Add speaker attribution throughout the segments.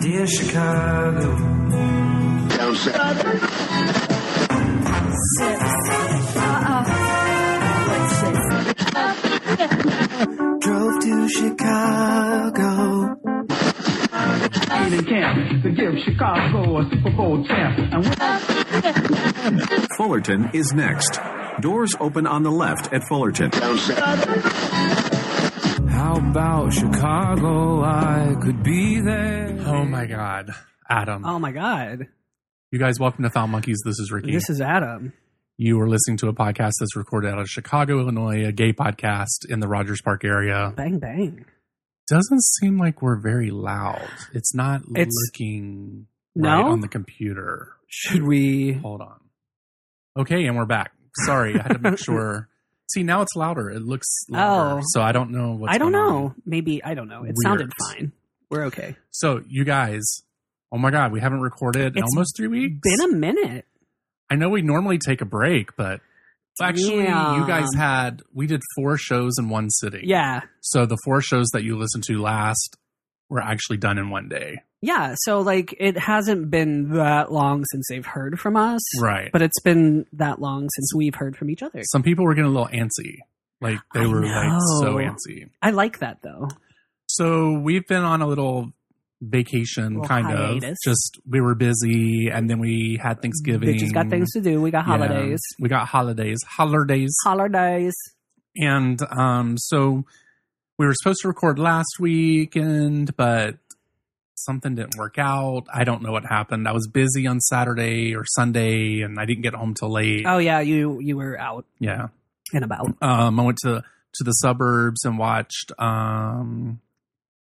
Speaker 1: Dear Chicago,
Speaker 2: Down south.
Speaker 1: drove to Chicago.
Speaker 3: in camp to give Chicago a Super Bowl champ. And when
Speaker 4: Fullerton is next. Doors open on the left at Fullerton.
Speaker 2: Down south.
Speaker 1: How about Chicago? I could be there.
Speaker 5: Oh my God, Adam!
Speaker 6: Oh my God.
Speaker 5: You guys, welcome to Foul Monkeys. This is Ricky.
Speaker 6: This is Adam.
Speaker 5: you are listening to a podcast that's recorded out of Chicago, Illinois, a gay podcast in the Rogers Park area.
Speaker 6: Bang, bang.
Speaker 5: Doesn't seem like we're very loud. It's not
Speaker 6: It's-
Speaker 5: looking
Speaker 6: No?
Speaker 5: right on the computer.
Speaker 6: Should we?
Speaker 5: Hold on. Okay, and we're back. Sorry, I had to make sure. See, now it's louder. It looks louder.
Speaker 6: Oh.
Speaker 5: So I don't know what's
Speaker 6: I don't
Speaker 5: going on.
Speaker 6: know. Maybe. I don't know. It
Speaker 5: Weird.
Speaker 6: sounded fine. We're okay.
Speaker 5: So you guys, oh my God, we haven't recorded in
Speaker 6: It's
Speaker 5: almost three weeks.
Speaker 6: Been a minute.
Speaker 5: I know we normally take a break, but actually, you guys
Speaker 6: Damn.
Speaker 5: had we did four shows in one city.
Speaker 6: Yeah.
Speaker 5: So the four shows that you listened to last were actually done in one day.
Speaker 6: Yeah. So, like, it hasn't been that long since they've heard from us.
Speaker 5: Right.
Speaker 6: But it's been that long since we've heard from each other.
Speaker 5: Some people were getting a little antsy. Like they
Speaker 6: I
Speaker 5: were like so
Speaker 6: know.
Speaker 5: antsy.
Speaker 6: I like that, though.
Speaker 5: So we've been on a little vacation
Speaker 6: Little
Speaker 5: kind of
Speaker 6: hiatus.
Speaker 5: just we were busy and then we had Thanksgiving.
Speaker 6: Bitches got things to do. We got
Speaker 5: Yeah.
Speaker 6: holidays.
Speaker 5: We got holidays. Holidays.
Speaker 6: Holidays.
Speaker 5: and um so we were supposed to record last weekend but something didn't work out i don't know what happened i was busy on saturday or sunday and i didn't get home till late
Speaker 6: Oh, yeah. You you were out
Speaker 5: yeah
Speaker 6: and about.
Speaker 5: um i went to to the suburbs and watched um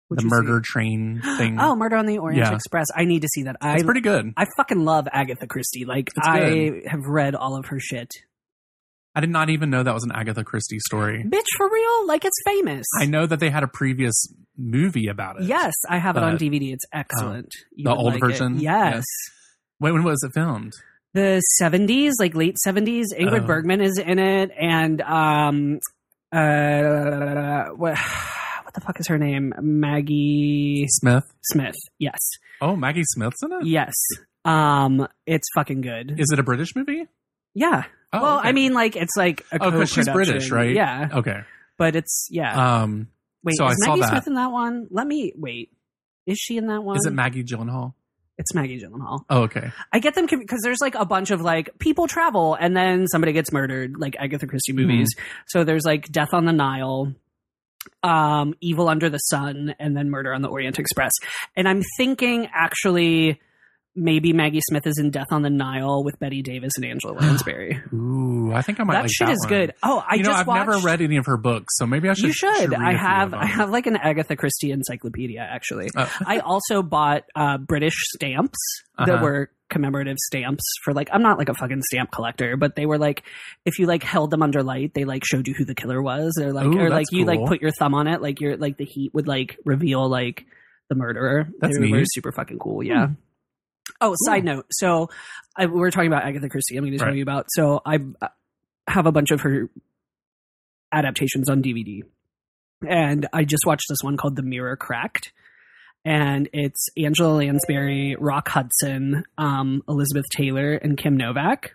Speaker 6: What'd
Speaker 5: the
Speaker 6: you see?
Speaker 5: murder train thing
Speaker 6: Oh, Murder on the Orient
Speaker 5: Yeah.
Speaker 6: Express. I need to see that. I
Speaker 5: it's pretty good
Speaker 6: I fucking love Agatha Christie. Like
Speaker 5: It's
Speaker 6: I
Speaker 5: good.
Speaker 6: have read all of her shit.
Speaker 5: i did not even know that was an agatha christie story
Speaker 6: Bitch, for real? Like it's famous.
Speaker 5: i know that they had a previous movie about it
Speaker 6: Yes, I have it on
Speaker 5: But,
Speaker 6: DVD. It's excellent. You
Speaker 5: the
Speaker 6: would
Speaker 5: old
Speaker 6: like it.
Speaker 5: version?
Speaker 6: Yes.
Speaker 5: wait when was it filmed
Speaker 6: The 70s, like late 70s, Ingrid
Speaker 5: Oh.
Speaker 6: Bergman is in it and um uh what what the fuck is her name? Maggie
Speaker 5: smith
Speaker 6: Smith. Yes.
Speaker 5: oh maggie smith's in it. Is
Speaker 6: Yes. Um it's fucking good.
Speaker 5: it a british movie
Speaker 6: yeah.
Speaker 5: Oh,
Speaker 6: well,
Speaker 5: okay.
Speaker 6: I mean like it's like a
Speaker 5: Oh, 'cause she's
Speaker 6: co-production.
Speaker 5: British, right?
Speaker 6: Yeah.
Speaker 5: okay
Speaker 6: But it's yeah.
Speaker 5: Um,
Speaker 6: Wait,
Speaker 5: So
Speaker 6: is
Speaker 5: I saw
Speaker 6: Maggie
Speaker 5: that.
Speaker 6: Smith in that one? Let me wait. Is she in that one?
Speaker 5: is it Maggie Gyllenhaal?
Speaker 6: it's Maggie Gyllenhaal.
Speaker 5: Oh, okay.
Speaker 6: I get them because there's like a bunch of like people travel and then somebody gets murdered, like Agatha Christie
Speaker 5: Mm-hmm.
Speaker 6: movies. So there's like Death on the Nile, um, Evil Under the Sun, and then Murder on the Orient Express. And I'm thinking actually maybe Maggie Smith is in Death on the Nile with Betty Davis and Angela Lansbury.
Speaker 5: Ooh, I think I might.
Speaker 6: that
Speaker 5: like
Speaker 6: shit
Speaker 5: that
Speaker 6: is
Speaker 5: one.
Speaker 6: good. Oh, I
Speaker 5: you know,
Speaker 6: just
Speaker 5: I've
Speaker 6: watched.
Speaker 5: never read any of her books, so maybe I should.
Speaker 6: you should.
Speaker 5: read a
Speaker 6: I
Speaker 5: few
Speaker 6: have.
Speaker 5: of
Speaker 6: I
Speaker 5: them.
Speaker 6: have like an Agatha Christie encyclopedia actually.
Speaker 5: Oh,
Speaker 6: I also bought uh, British stamps that
Speaker 5: Uh-huh.
Speaker 6: were commemorative stamps for like I'm not like a fucking stamp collector, but they were like if you like held them under light, they like showed you who the killer was, or like
Speaker 5: Ooh,
Speaker 6: or
Speaker 5: that's
Speaker 6: like you like
Speaker 5: cool.
Speaker 6: put your thumb on it, like your like the heat would like reveal like the murderer.
Speaker 5: That's
Speaker 6: they were
Speaker 5: neat. Hmm.
Speaker 6: super fucking cool. Yeah. Oh, side note. So I, we we're talking about Agatha Christie. I'm going to tell
Speaker 5: Right.
Speaker 6: you about. So I uh, have a bunch of her adaptations on DVD, and I just watched this one called The Mirror Cracked, and it's Angela Lansbury, Rock Hudson, um, Elizabeth Taylor, and Kim Novak.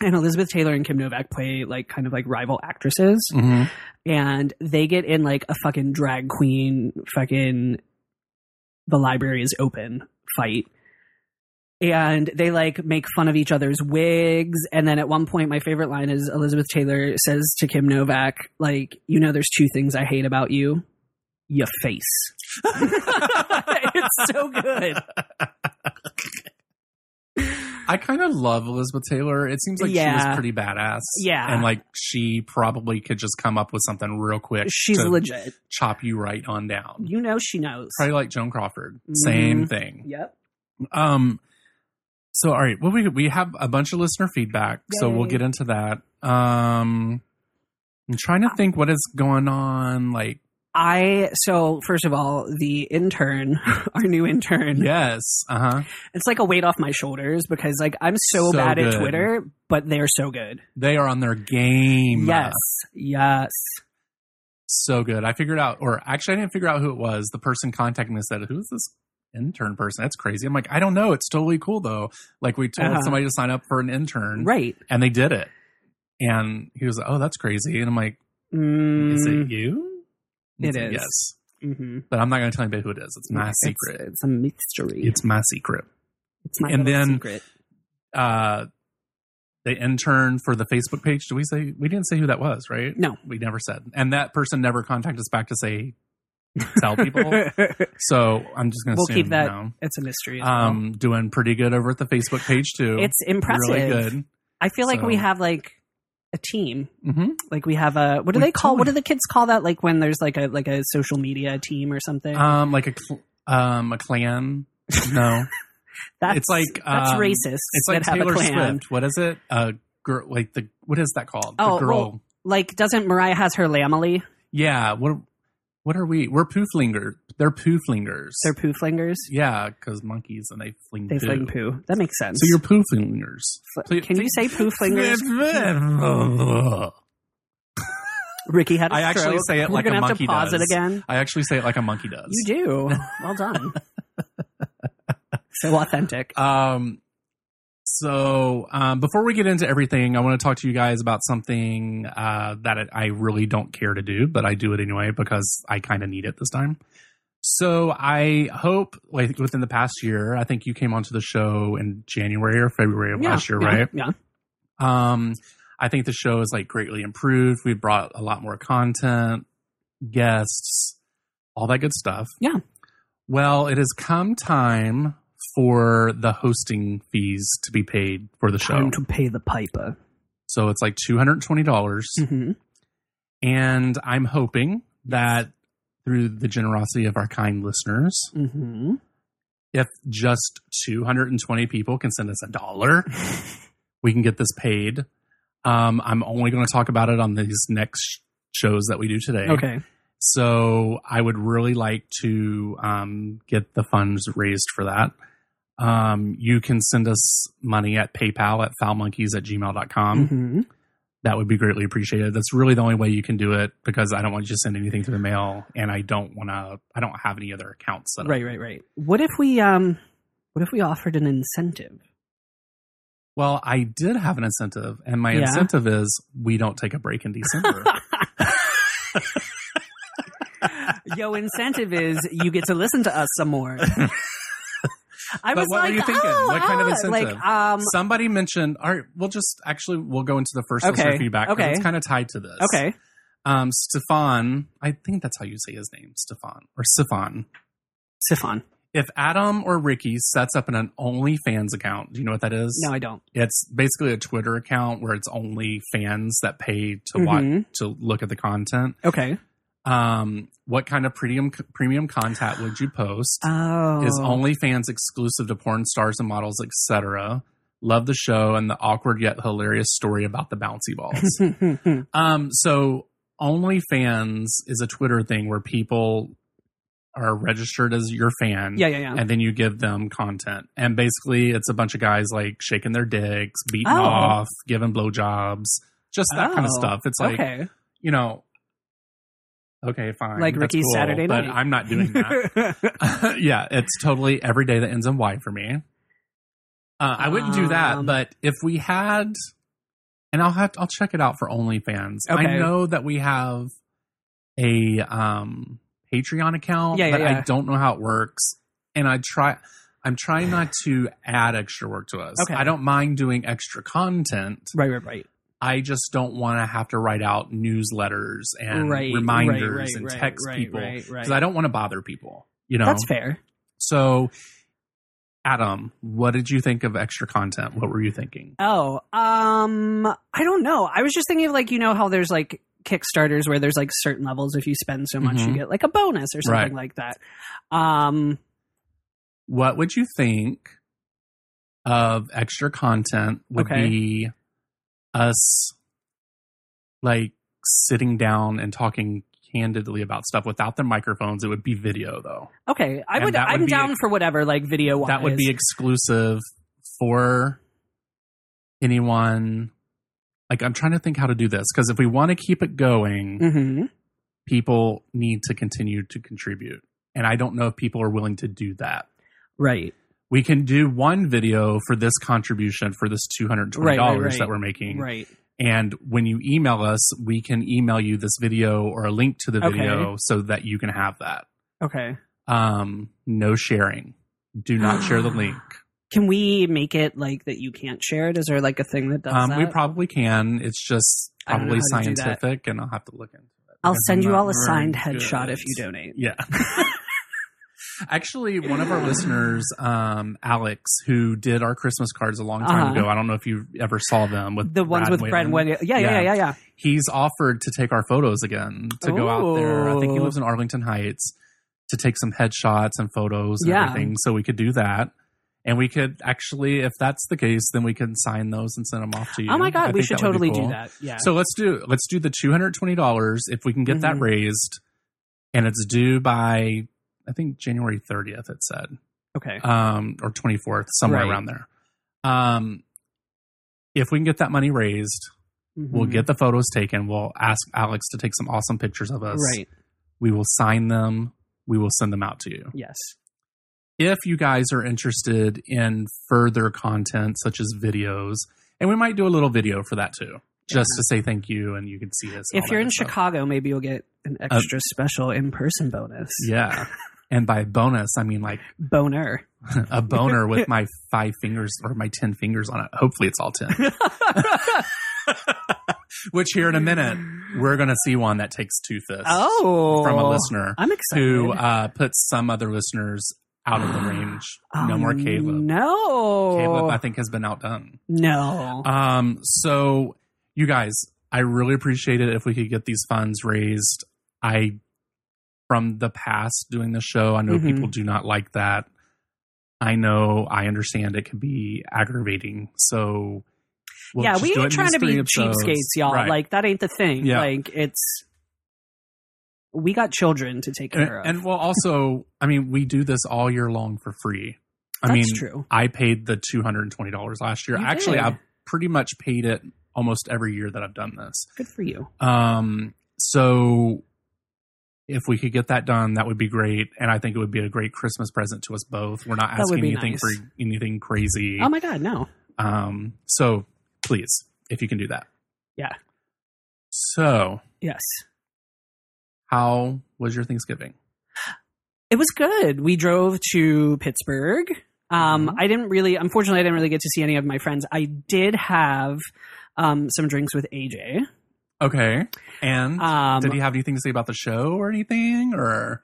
Speaker 6: And Elizabeth Taylor and Kim Novak play like kind of like rival actresses
Speaker 5: Mhm.
Speaker 6: and they get in like a fucking drag queen fucking the library is open fight and they like make fun of each other's wigs and then at one point my favorite line is elizabeth taylor says to kim novak like you know there's two things i hate about you your face it's so good
Speaker 5: I kind of love Elizabeth Taylor. It seems like she
Speaker 6: Yeah.
Speaker 5: was pretty badass.
Speaker 6: Yeah.
Speaker 5: and like she probably could just come up with something real quick.
Speaker 6: she's
Speaker 5: to
Speaker 6: legit
Speaker 5: Chop you right on down.
Speaker 6: you know she knows
Speaker 5: Probably like Joan Crawford.
Speaker 6: Mhm.
Speaker 5: Same thing.
Speaker 6: yep
Speaker 5: Um. So all right, well we we have a bunch of listener feedback, so we'll
Speaker 6: Yay.
Speaker 5: get into that. Um, I'm trying to
Speaker 6: Ah.
Speaker 5: think what is going on. Like
Speaker 6: i so first of all the intern our new intern
Speaker 5: yes, uh huh.
Speaker 6: It's like a weight off my shoulders because like I'm so,
Speaker 5: So
Speaker 6: bad
Speaker 5: good.
Speaker 6: at Twitter, but they're so good.
Speaker 5: They are on their game.
Speaker 6: Yes. Yes.
Speaker 5: so good. I figured out, or actually, I didn't figure out who it was. The person contacting me said, "Who's this intern person. That's crazy. I'm like, I don't know. It's totally cool though. Like we told
Speaker 6: Uh-huh.
Speaker 5: somebody to sign up for an intern,
Speaker 6: Right.
Speaker 5: And they did it. And he was like, "Oh, that's crazy." And I'm like,
Speaker 6: Mm,
Speaker 5: "Is it you?" And
Speaker 6: It
Speaker 5: he's like,
Speaker 6: is.
Speaker 5: Yes,
Speaker 6: mhm.
Speaker 5: but I'm not going to tell anybody who it is. It's my
Speaker 6: It's-
Speaker 5: secret.
Speaker 6: It's, a mystery.
Speaker 5: It's my secret.
Speaker 6: It's my
Speaker 5: and
Speaker 6: little
Speaker 5: then-
Speaker 6: secret.
Speaker 5: Uh, the intern for the Facebook page. Did we say we didn't say who that was? Right?
Speaker 6: No.
Speaker 5: we never said. And that person never contacted us back to say tell people. so I'm just going to
Speaker 6: We'll
Speaker 5: assume
Speaker 6: keep that-
Speaker 5: you know.
Speaker 6: it's a mystery. as well.
Speaker 5: um doing pretty good over at the facebook page too
Speaker 6: it's impressive.
Speaker 5: really good
Speaker 6: I feel like we
Speaker 5: So-
Speaker 6: have like a team.
Speaker 5: hmm
Speaker 6: Like we have a what do
Speaker 5: We
Speaker 6: they call?
Speaker 5: do.
Speaker 6: What do the kids call that? Like when there's like a like a social media team or something.
Speaker 5: um like a cl- um a clan no
Speaker 6: that's
Speaker 5: it's like
Speaker 6: that's
Speaker 5: um,
Speaker 6: racist.
Speaker 5: it's like
Speaker 6: that have
Speaker 5: taylor
Speaker 6: a clan.
Speaker 5: swift what is it a girl like the what is that called
Speaker 6: Oh,
Speaker 5: the girl
Speaker 6: well- Like doesn't Mariah has her lamely?
Speaker 5: yeah what what are we we're pooflinger they're pooflingers
Speaker 6: They're poo flingers.
Speaker 5: yeah because monkeys and they fling
Speaker 6: They
Speaker 5: poo.
Speaker 6: fling poo. That makes sense.
Speaker 5: so you're pooflingers
Speaker 6: Fl- Can you say poo flingers? Ricky had a
Speaker 5: I actually
Speaker 6: stroke.
Speaker 5: say it
Speaker 6: We're
Speaker 5: like a
Speaker 6: gonna have
Speaker 5: monkey
Speaker 6: to pause
Speaker 5: does.
Speaker 6: it again.
Speaker 5: i actually say it like a monkey does
Speaker 6: You do. Well done. so authentic.
Speaker 5: Um, so um, before we get into everything, I want to talk to you guys about something uh, that I really don't care to do, but I do it anyway because I kind of need it this time. So I hope, like within the past year, I think you came onto the show in January or February of
Speaker 6: Yeah,
Speaker 5: last year,
Speaker 6: yeah,
Speaker 5: right?
Speaker 6: Yeah.
Speaker 5: Um, I think the show is like greatly improved. We brought a lot more content, guests, all that good stuff.
Speaker 6: Yeah.
Speaker 5: Well, it has come time for the hosting fees to be paid for the show.
Speaker 6: Time to pay the piper.
Speaker 5: so it's like two hundred twenty dollars,
Speaker 6: hmm
Speaker 5: and I'm hoping that through the generosity of our kind listeners,
Speaker 6: hmm
Speaker 5: if just 220 people can send us a dollar, we can get this paid. Um, I'm only going to talk about it on these next shows that we do today.
Speaker 6: Okay.
Speaker 5: So I would really like to um, get the funds raised for that. Um, you can send us money at PayPal at foulmonkeys at gmail.com.
Speaker 6: hmm
Speaker 5: That would be greatly appreciated. That's really the only way you can do it because I don't want you to send anything through the mail and I don't want to, I don't have any other accounts set up.
Speaker 6: Right, right, right. What if we um what if we offered an incentive?
Speaker 5: Well, I did have an incentive, and my
Speaker 6: Yeah.
Speaker 5: incentive is we don't take a break in December.
Speaker 6: Yo, incentive is you get to listen to us some more. I
Speaker 5: But
Speaker 6: was
Speaker 5: what were
Speaker 6: like,
Speaker 5: you thinking?
Speaker 6: oh,
Speaker 5: What kind of
Speaker 6: oh,
Speaker 5: incentive?
Speaker 6: Like, um,
Speaker 5: Somebody mentioned, all right, we'll just actually we'll go into the first
Speaker 6: Okay.
Speaker 5: listener feedback because
Speaker 6: Okay.
Speaker 5: it's kind of tied to this.
Speaker 6: okay,
Speaker 5: Um, Stefan, I think that's how you say his name, Stefan or Stefan.
Speaker 6: Siphon.
Speaker 5: If Adam or Ricky sets up an OnlyFans account, do you know what that is?
Speaker 6: No, I don't.
Speaker 5: it's basically a Twitter account where it's only fans that pay to watch
Speaker 6: Mhm.
Speaker 5: to look at the content.
Speaker 6: Okay.
Speaker 5: Um, what kind of premium premium content would you post?
Speaker 6: Oh,
Speaker 5: is OnlyFans exclusive to porn stars and models, etc. Love the show and the awkward yet hilarious story about the bouncy balls. um, so OnlyFans is a Twitter thing where people are registered as your fan.
Speaker 6: yeah, yeah, yeah.
Speaker 5: And then you give them content. And basically, it's a bunch of guys like shaking their dicks, beating
Speaker 6: Oh.
Speaker 5: off, giving blowjobs, just that kind of
Speaker 6: Oh,
Speaker 5: stuff. It's like,
Speaker 6: okay,
Speaker 5: you know, okay, fine.
Speaker 6: Like
Speaker 5: that's
Speaker 6: Ricky's
Speaker 5: cool,
Speaker 6: Saturday
Speaker 5: But
Speaker 6: night.
Speaker 5: I'm not doing that. yeah, it's totally every day that ends in Y for me. Uh, I wouldn't do that,
Speaker 6: Um,
Speaker 5: but if we had, and I'll have I'll check it out for OnlyFans. I
Speaker 6: Okay.
Speaker 5: know that we have a um, Patreon account,
Speaker 6: Yeah, yeah,
Speaker 5: but I
Speaker 6: yeah.
Speaker 5: don't know how it works, and I try. I'm trying not to add extra work to us.
Speaker 6: Okay.
Speaker 5: I don't mind doing extra content.
Speaker 6: right, right, right.
Speaker 5: I just don't want to have to write out newsletters and
Speaker 6: right, right,
Speaker 5: reminders
Speaker 6: right,
Speaker 5: and
Speaker 6: right,
Speaker 5: text
Speaker 6: right,
Speaker 5: people
Speaker 6: Right, right.
Speaker 5: because I don't want to bother people. You know,
Speaker 6: That's fair.
Speaker 5: so, Adam, what did you think of extra content? What were you thinking?
Speaker 6: Oh, um, I don't know. I was just thinking of like you know how there's like Kickstarters where there's like certain levels. If you spend so much,
Speaker 5: Mhm.
Speaker 6: you get like a bonus or something like that. Um,
Speaker 5: What would you think of extra content would
Speaker 6: Okay.
Speaker 5: be us like sitting down and talking candidly about stuff without the microphones? It would be video though.
Speaker 6: okay, I
Speaker 5: And
Speaker 6: would.
Speaker 5: that would
Speaker 6: I'm
Speaker 5: be
Speaker 6: down
Speaker 5: ex-
Speaker 6: for whatever like video wise.
Speaker 5: That would be exclusive for anyone. Like I'm trying to think how to do this because if we want to keep it going,
Speaker 6: hmm
Speaker 5: people need to continue to contribute. And I don't know if people are willing to do that.
Speaker 6: Right.
Speaker 5: We can do one video for this contribution for this two hundred twenty dollars
Speaker 6: Right, right, right.
Speaker 5: that we're making.
Speaker 6: Right.
Speaker 5: And when you email us, we can email you this video or a link to the
Speaker 6: Okay.
Speaker 5: video so that you can have that.
Speaker 6: Okay.
Speaker 5: Um, no sharing. Do not share the link.
Speaker 6: Can we make it like that you can't share it? Is there like a thing that does
Speaker 5: Um,
Speaker 6: that?
Speaker 5: we probably can. It's just
Speaker 6: I don't know
Speaker 5: probably
Speaker 6: how to do that.
Speaker 5: scientific, and I'll have to look into it.
Speaker 6: I'll
Speaker 5: because
Speaker 6: send
Speaker 5: I'm
Speaker 6: you
Speaker 5: not
Speaker 6: all a
Speaker 5: very
Speaker 6: signed headshot if
Speaker 5: good.
Speaker 6: you donate.
Speaker 5: Yeah. Actually, one of our listeners, um, Alex, who did our Christmas cards a long time
Speaker 6: Uh-huh.
Speaker 5: ago, I don't know if you ever saw them with
Speaker 6: The ones
Speaker 5: Brad
Speaker 6: with
Speaker 5: Whalen.
Speaker 6: Brad Whalen. Yeah, yeah, yeah, yeah, yeah.
Speaker 5: He's offered to take our photos again to go out there. I think he
Speaker 6: Ooh.
Speaker 5: lives in Arlington Heights to take some headshots and photos and
Speaker 6: Yeah.
Speaker 5: everything. So we could do that. And we could actually, if that's the case, then we can sign those and send them off to you.
Speaker 6: Oh my
Speaker 5: I
Speaker 6: god, we
Speaker 5: think
Speaker 6: should
Speaker 5: that would be
Speaker 6: totally
Speaker 5: cool.
Speaker 6: do that. Yeah.
Speaker 5: So let's do let's do the two hundred twenty dollars if we can get that
Speaker 6: Mhm.
Speaker 5: raised, and it's due by I think January thirtieth. It said
Speaker 6: okay.
Speaker 5: um, or twenty fourth somewhere
Speaker 6: Right.
Speaker 5: around there. Um, if we can get that money raised, we'll
Speaker 6: Mm-hmm.
Speaker 5: get the photos taken. We'll ask Alex to take some awesome pictures of us.
Speaker 6: right.
Speaker 5: We will sign them. We will send them out to you.
Speaker 6: Yes.
Speaker 5: If you guys are interested in further content such as videos, and we might do a little video for that too. Just to say thank you, and you can see us. and
Speaker 6: if
Speaker 5: all that
Speaker 6: you're in
Speaker 5: good stuff.
Speaker 6: Chicago, maybe you'll get an extra special in-person bonus.
Speaker 5: Yeah. And by bonus, I mean like
Speaker 6: Boner.
Speaker 5: a boner with my five fingers or my 10 fingers on it. Hopefully, it's all 10. Which, here in a minute, we're going to see one that takes two fists
Speaker 6: Oh,
Speaker 5: from a listener
Speaker 6: I'm excited.
Speaker 5: who uh, puts some other listeners out of the range. no
Speaker 6: Oh,
Speaker 5: more Caleb.
Speaker 6: No.
Speaker 5: Caleb, I think, has been outdone.
Speaker 6: no.
Speaker 5: Um, so you guys, I really appreciate it if we could get these funds raised. I from the past doing the show, I know
Speaker 6: Mhm.
Speaker 5: people do not like that. I know, I understand it can be aggravating. So we'll
Speaker 6: yeah,
Speaker 5: just
Speaker 6: we
Speaker 5: do it in
Speaker 6: ain't trying to
Speaker 5: these
Speaker 6: be
Speaker 5: three episodes.
Speaker 6: cheapskates, y'all. all
Speaker 5: Right.
Speaker 6: Like that ain't the thing.
Speaker 5: Yeah.
Speaker 6: Like it's we got children to take
Speaker 5: and,
Speaker 6: care of.
Speaker 5: and well, also, I mean, we do this all year long for free. I
Speaker 6: That's
Speaker 5: mean,
Speaker 6: true.
Speaker 5: I paid the two hundred and twenty dollars last year.
Speaker 6: You
Speaker 5: Actually,
Speaker 6: did.
Speaker 5: I've pretty much paid it almost every year that I've done this.
Speaker 6: Good for you.
Speaker 5: Um, so if we could get that done, that would be great, and I think it would be a great Christmas present to us both. We're not
Speaker 6: That would
Speaker 5: asking
Speaker 6: be
Speaker 5: anything
Speaker 6: nice.
Speaker 5: for anything crazy.
Speaker 6: Oh my god, no.
Speaker 5: um, so please, if you can do that,
Speaker 6: Yeah.
Speaker 5: So,
Speaker 6: Yes.
Speaker 5: how was your Thanksgiving?
Speaker 6: It was good. We drove to Pittsburgh. Um,
Speaker 5: Mhm.
Speaker 6: I didn't really, unfortunately, I didn't really get to see any of my friends. I did have um, some drinks with AJ.
Speaker 5: Okay, and
Speaker 6: Um,
Speaker 5: did he have anything to say about the show or anything, or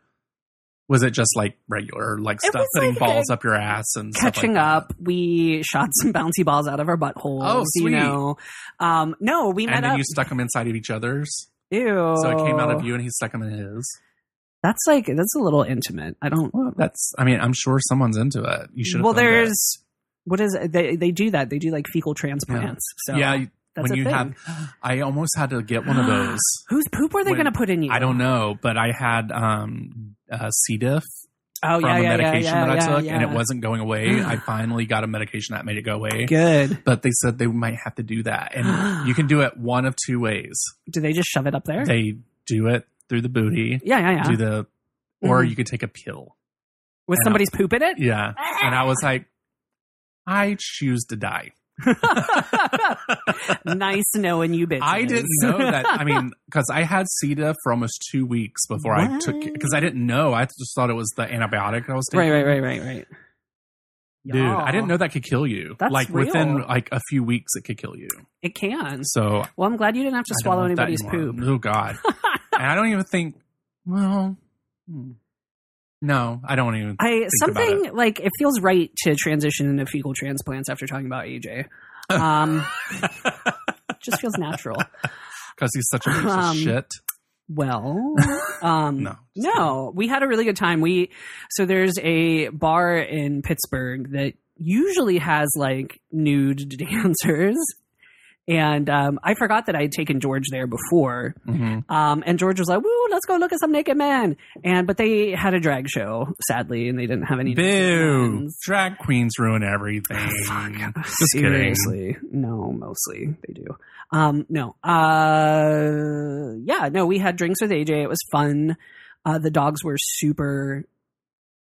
Speaker 5: was it just like regular, like
Speaker 6: It
Speaker 5: stuff
Speaker 6: was
Speaker 5: putting
Speaker 6: like
Speaker 5: balls
Speaker 6: a-
Speaker 5: up your ass and stuff like
Speaker 6: catching
Speaker 5: that?
Speaker 6: up. We shot some bouncy balls out of our buttholes.
Speaker 5: Oh, sweet.
Speaker 6: You know, um, no, we met
Speaker 5: And then
Speaker 6: up.
Speaker 5: you stuck them inside of each other's.
Speaker 6: Ew.
Speaker 5: So it came out
Speaker 6: Oh.
Speaker 5: of you, and he stuck them in his.
Speaker 6: That's like that's a little intimate. I don't.
Speaker 5: Well, that's. I mean, I'm sure someone's into it. You should.
Speaker 6: Well, there's what is it? they they do that. They do like fecal transplants. So
Speaker 5: yeah. you-
Speaker 6: that's
Speaker 5: when
Speaker 6: a
Speaker 5: you
Speaker 6: thing.
Speaker 5: have, I almost had to get one of those.
Speaker 6: Whose poop are they
Speaker 5: When-
Speaker 6: going to put in you?
Speaker 5: I don't know, but I had um, uh, C. diff
Speaker 6: Oh
Speaker 5: from
Speaker 6: yeah,
Speaker 5: a
Speaker 6: yeah, yeah,
Speaker 5: medication
Speaker 6: yeah,
Speaker 5: that I
Speaker 6: yeah,
Speaker 5: took,
Speaker 6: yeah.
Speaker 5: and it wasn't going away. I finally got a medication that made it go away.
Speaker 6: good.
Speaker 5: But they said they might have to do that, and you can do it one of two ways.
Speaker 6: Do they just shove it up there?
Speaker 5: They do it through the booty,
Speaker 6: yeah, yeah, yeah.
Speaker 5: do the, or
Speaker 6: Mhm.
Speaker 5: you could take a pill.
Speaker 6: With
Speaker 5: and
Speaker 6: somebody's poop in it.
Speaker 5: Yeah. And I was like, I choose to die.
Speaker 6: nice knowing you, bitches.
Speaker 5: I didn't know that. I mean, because I had C. diff for almost two weeks before I took
Speaker 6: What?
Speaker 5: because I didn't know. I just thought it was the antibiotic I was
Speaker 6: right,
Speaker 5: taking.
Speaker 6: right, right, right, right.
Speaker 5: Dude, I didn't know that could kill you.
Speaker 6: That's
Speaker 5: like within
Speaker 6: real.
Speaker 5: like a few weeks, it could kill you.
Speaker 6: It can.
Speaker 5: So
Speaker 6: Well, I'm glad you didn't have to
Speaker 5: I don't
Speaker 6: swallow
Speaker 5: want that
Speaker 6: anybody's
Speaker 5: anymore.
Speaker 6: poop.
Speaker 5: Oh God! and I don't even think. Well, hmm. no, I don't even.
Speaker 6: I
Speaker 5: about
Speaker 6: something like it feels right to transition into fecal transplants after talking about AJ. Um, just feels natural.
Speaker 5: Because he's such a piece
Speaker 6: Um,
Speaker 5: of shit.
Speaker 6: Well, um,
Speaker 5: No, just
Speaker 6: no, we had a really good time. We so there's a bar in Pittsburgh that usually has like nude dancers, and um, I forgot that I had taken George there before.
Speaker 5: Mhm.
Speaker 6: Um, and George was like, "Woo, let's go look at some naked men." And but they had a drag show, sadly, and they didn't have any. naked
Speaker 5: Boo!
Speaker 6: men.
Speaker 5: Drag queens ruin everything. Just kidding.
Speaker 6: Seriously, no, mostly they do. Um, no, uh, yeah, no, we had drinks with AJ. It was fun. Uh, the dogs were super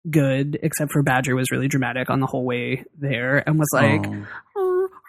Speaker 6: good, except for Badger was really dramatic on the whole way there and was like, "Uh,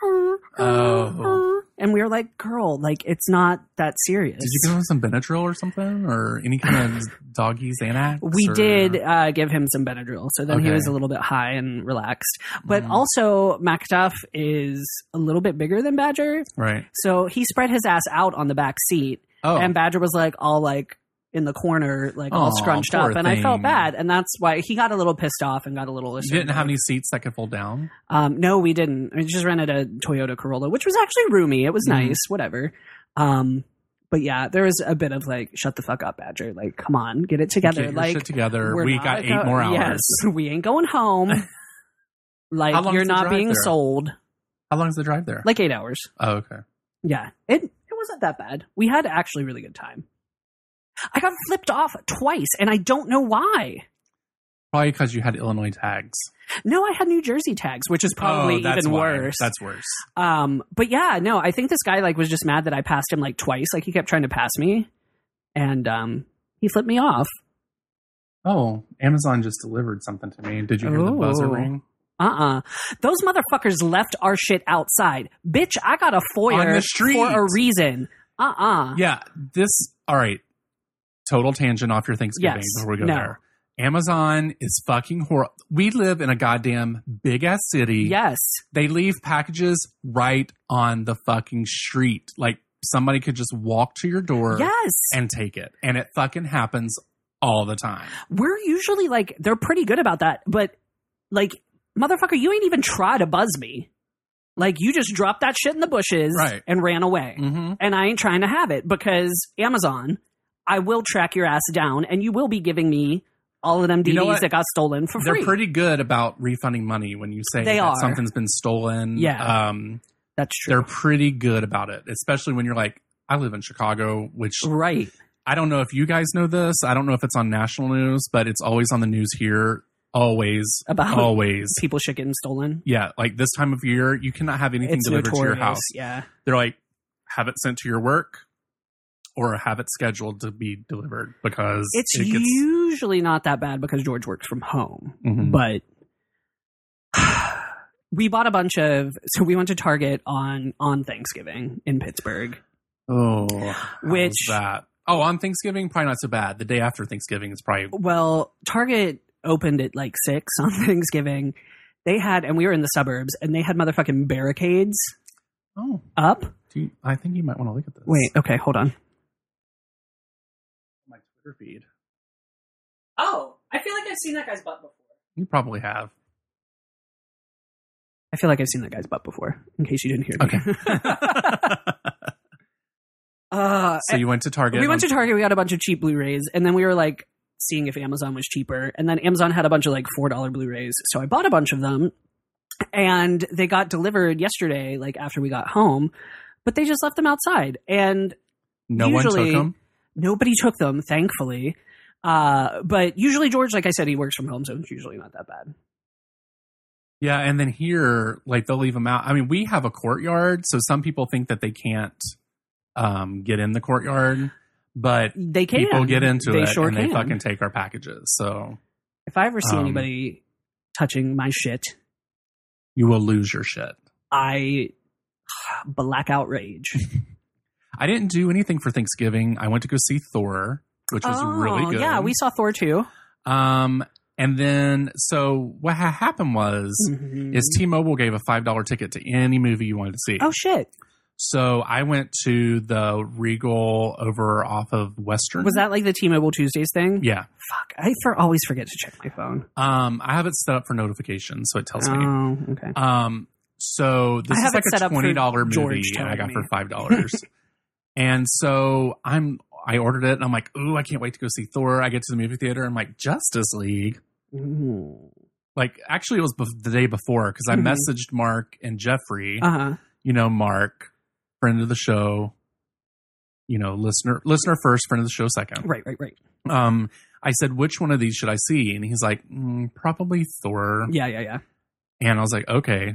Speaker 5: Oh.
Speaker 6: oh. and we were like, girl, like it's not that serious.
Speaker 5: Did you give him some Benadryl or something, or any kind of doggy Xanax?
Speaker 6: we
Speaker 5: or-
Speaker 6: did uh, give him some Benadryl, so then he
Speaker 5: Okay.
Speaker 6: was a little bit high and relaxed. But
Speaker 5: Mm.
Speaker 6: also, Macduff is a little bit bigger than Badger,
Speaker 5: right.
Speaker 6: so he spread his ass out on the back seat,
Speaker 5: Oh,
Speaker 6: and Badger was like all like in the corner, like all
Speaker 5: Aw,
Speaker 6: scrunched
Speaker 5: poor
Speaker 6: up, and I felt
Speaker 5: thing.
Speaker 6: bad, and that's why he got a little pissed off and got a little.
Speaker 5: you didn't
Speaker 6: ashamed.
Speaker 5: have any seats that could fold down.
Speaker 6: Um, no, we didn't. We just rented a Toyota Corolla, which was actually roomy. It was
Speaker 5: Mhm.
Speaker 6: nice, whatever. Um, but yeah, there was a bit of like, shut the fuck up, Badger. Like, come on, get it together.
Speaker 5: Get your
Speaker 6: like,
Speaker 5: shit together.
Speaker 6: we're
Speaker 5: We
Speaker 6: not
Speaker 5: got eight
Speaker 6: go-
Speaker 5: more hours.
Speaker 6: Yes, we ain't going home.
Speaker 5: How
Speaker 6: like,
Speaker 5: long's
Speaker 6: you're
Speaker 5: the
Speaker 6: not
Speaker 5: drive
Speaker 6: being
Speaker 5: there?
Speaker 6: sold.
Speaker 5: How long's the drive there?
Speaker 6: Like eight hours.
Speaker 5: oh, okay.
Speaker 6: Yeah, it it wasn't that bad. We had actually really good time. I got flipped off twice, and I don't know why.
Speaker 5: Probably because you had Illinois tags.
Speaker 6: No, I had New Jersey tags, which is probably
Speaker 5: Oh, that's
Speaker 6: even
Speaker 5: why.
Speaker 6: worse.
Speaker 5: That's worse.
Speaker 6: Um, but yeah, no, I think this guy like was just mad that I passed him like twice. Like he kept trying to pass me, and um, he flipped me off.
Speaker 5: Oh, Amazon just delivered something to me. Did you hear the buzzer
Speaker 6: Ooh.
Speaker 5: ring?
Speaker 6: Uh uh Those motherfuckers left our shit outside. Bitch, I got a
Speaker 5: On
Speaker 6: foyer
Speaker 5: the street.
Speaker 6: for a reason. Uh uh
Speaker 5: Yeah, this. All right. Total tangent off your Thanksgiving
Speaker 6: Yes.
Speaker 5: before we go
Speaker 6: No.
Speaker 5: there. Amazon is fucking horrible. We live in a goddamn big ass city.
Speaker 6: Yes.
Speaker 5: They leave packages right on the fucking street. Like somebody could just walk to your door
Speaker 6: Yes.
Speaker 5: and take it. And it fucking happens all the time.
Speaker 6: We're usually like, they're pretty good about that, but like, motherfucker, you ain't even try to buzz me. Like, you just dropped that shit in the bushes
Speaker 5: Right.
Speaker 6: and ran away.
Speaker 5: Mm-hmm.
Speaker 6: and I ain't trying to have it because Amazon, I will track your ass down and you will be giving me all of them DVDs
Speaker 5: You know what?
Speaker 6: that got stolen for
Speaker 5: They're
Speaker 6: free.
Speaker 5: pretty good about refunding money when you say
Speaker 6: They
Speaker 5: that
Speaker 6: are.
Speaker 5: something's been stolen.
Speaker 6: Yeah.
Speaker 5: Um,
Speaker 6: That's true.
Speaker 5: they're pretty good about it, especially when you're like, I live in Chicago, which
Speaker 6: right.
Speaker 5: I don't know if you guys know this. I don't know if it's on national news, but it's always on the news here. Always.
Speaker 6: About-
Speaker 5: always.
Speaker 6: People shit getting stolen.
Speaker 5: Yeah, like this time of year, you cannot have anything
Speaker 6: It's
Speaker 5: delivered to
Speaker 6: notorious.
Speaker 5: your house.
Speaker 6: Yeah.
Speaker 5: They're like, have it sent to your work or have it scheduled to be delivered because
Speaker 6: It's
Speaker 5: it gets.
Speaker 6: usually not that bad because George works from home.
Speaker 5: Mhm.
Speaker 6: But we bought a bunch of so we went to Target on on Thanksgiving in Pittsburgh.
Speaker 5: Oh, how was
Speaker 6: Which-
Speaker 5: that? Oh, on Thanksgiving, probably not so bad. The day after Thanksgiving is probably
Speaker 6: Well, Target opened at like six on Thanksgiving. They had, and we were in the suburbs, and they had motherfucking barricades
Speaker 5: oh.
Speaker 6: up.
Speaker 5: Do you, I think you might want to look at this?
Speaker 6: Wait, okay, hold on.
Speaker 5: my Twitter feed.
Speaker 6: Oh, I feel like I've seen that guy's butt before.
Speaker 5: You probably have.
Speaker 6: I feel like I've seen that guy's butt before, in case you didn't hear me. uh,
Speaker 5: so you went to Target.
Speaker 6: we went to
Speaker 5: on-
Speaker 6: Target, we got a bunch of cheap Blu-rays, and then we were like seeing if Amazon was cheaper. And then Amazon had a bunch of like four dollar Blu-rays, so I bought a bunch of them, and they got delivered yesterday, like after we got home. But they just left them outside, and
Speaker 5: No one
Speaker 6: usually-
Speaker 5: took them.
Speaker 6: nobody took them, thankfully. Uh, but usually George, like I said, he works from home, so it's usually not that bad.
Speaker 5: Yeah, and then here, like they'll leave them out. I mean, we have a courtyard, so some people think that they can't um, get in the courtyard, but
Speaker 6: They can.
Speaker 5: people get into
Speaker 6: they
Speaker 5: it
Speaker 6: sure
Speaker 5: and
Speaker 6: can.
Speaker 5: they fucking take our packages. So
Speaker 6: if I ever see
Speaker 5: um,
Speaker 6: anybody touching my shit,
Speaker 5: you will lose your shit.
Speaker 6: I black out rage.
Speaker 5: I didn't do anything for Thanksgiving. I went to go see Thor, which was really good.
Speaker 6: Oh, Yeah, we saw Thor too.
Speaker 5: Um, and then so what ha- happened was is T-Mobile gave a five dollar ticket to any movie you wanted to see.
Speaker 6: Mm-hmm. oh shit!
Speaker 5: So I went to the Regal over off of Western.
Speaker 6: Was that like the T-Mobile Tuesdays thing?
Speaker 5: Yeah.
Speaker 6: Fuck, I for always forget to check my phone.
Speaker 5: Um, I have it set up for notifications, so it tells me.
Speaker 6: Oh, okay.
Speaker 5: Um, so this
Speaker 6: I have
Speaker 5: is
Speaker 6: it
Speaker 5: like
Speaker 6: set
Speaker 5: a
Speaker 6: up for
Speaker 5: twenty dollar
Speaker 6: George
Speaker 5: movie, and I
Speaker 6: telling
Speaker 5: got
Speaker 6: me.
Speaker 5: for five dollars. and so I'm, I ordered it, and I'm like, ooh, I can't wait to go see Thor. I get to the movie theater, I'm like, Justice League. Mm-hmm. Like, actually, it was bef- the day before because I
Speaker 6: Mhm.
Speaker 5: messaged Mark and Jeffrey.
Speaker 6: Uh huh.
Speaker 5: you know, Mark, friend of the show, you know, listener, listener first, friend of the show second.
Speaker 6: Right, right, right.
Speaker 5: Um, I said, which one of these should I see? And he's like, mm, probably Thor.
Speaker 6: Yeah, yeah, yeah.
Speaker 5: And I was like, okay,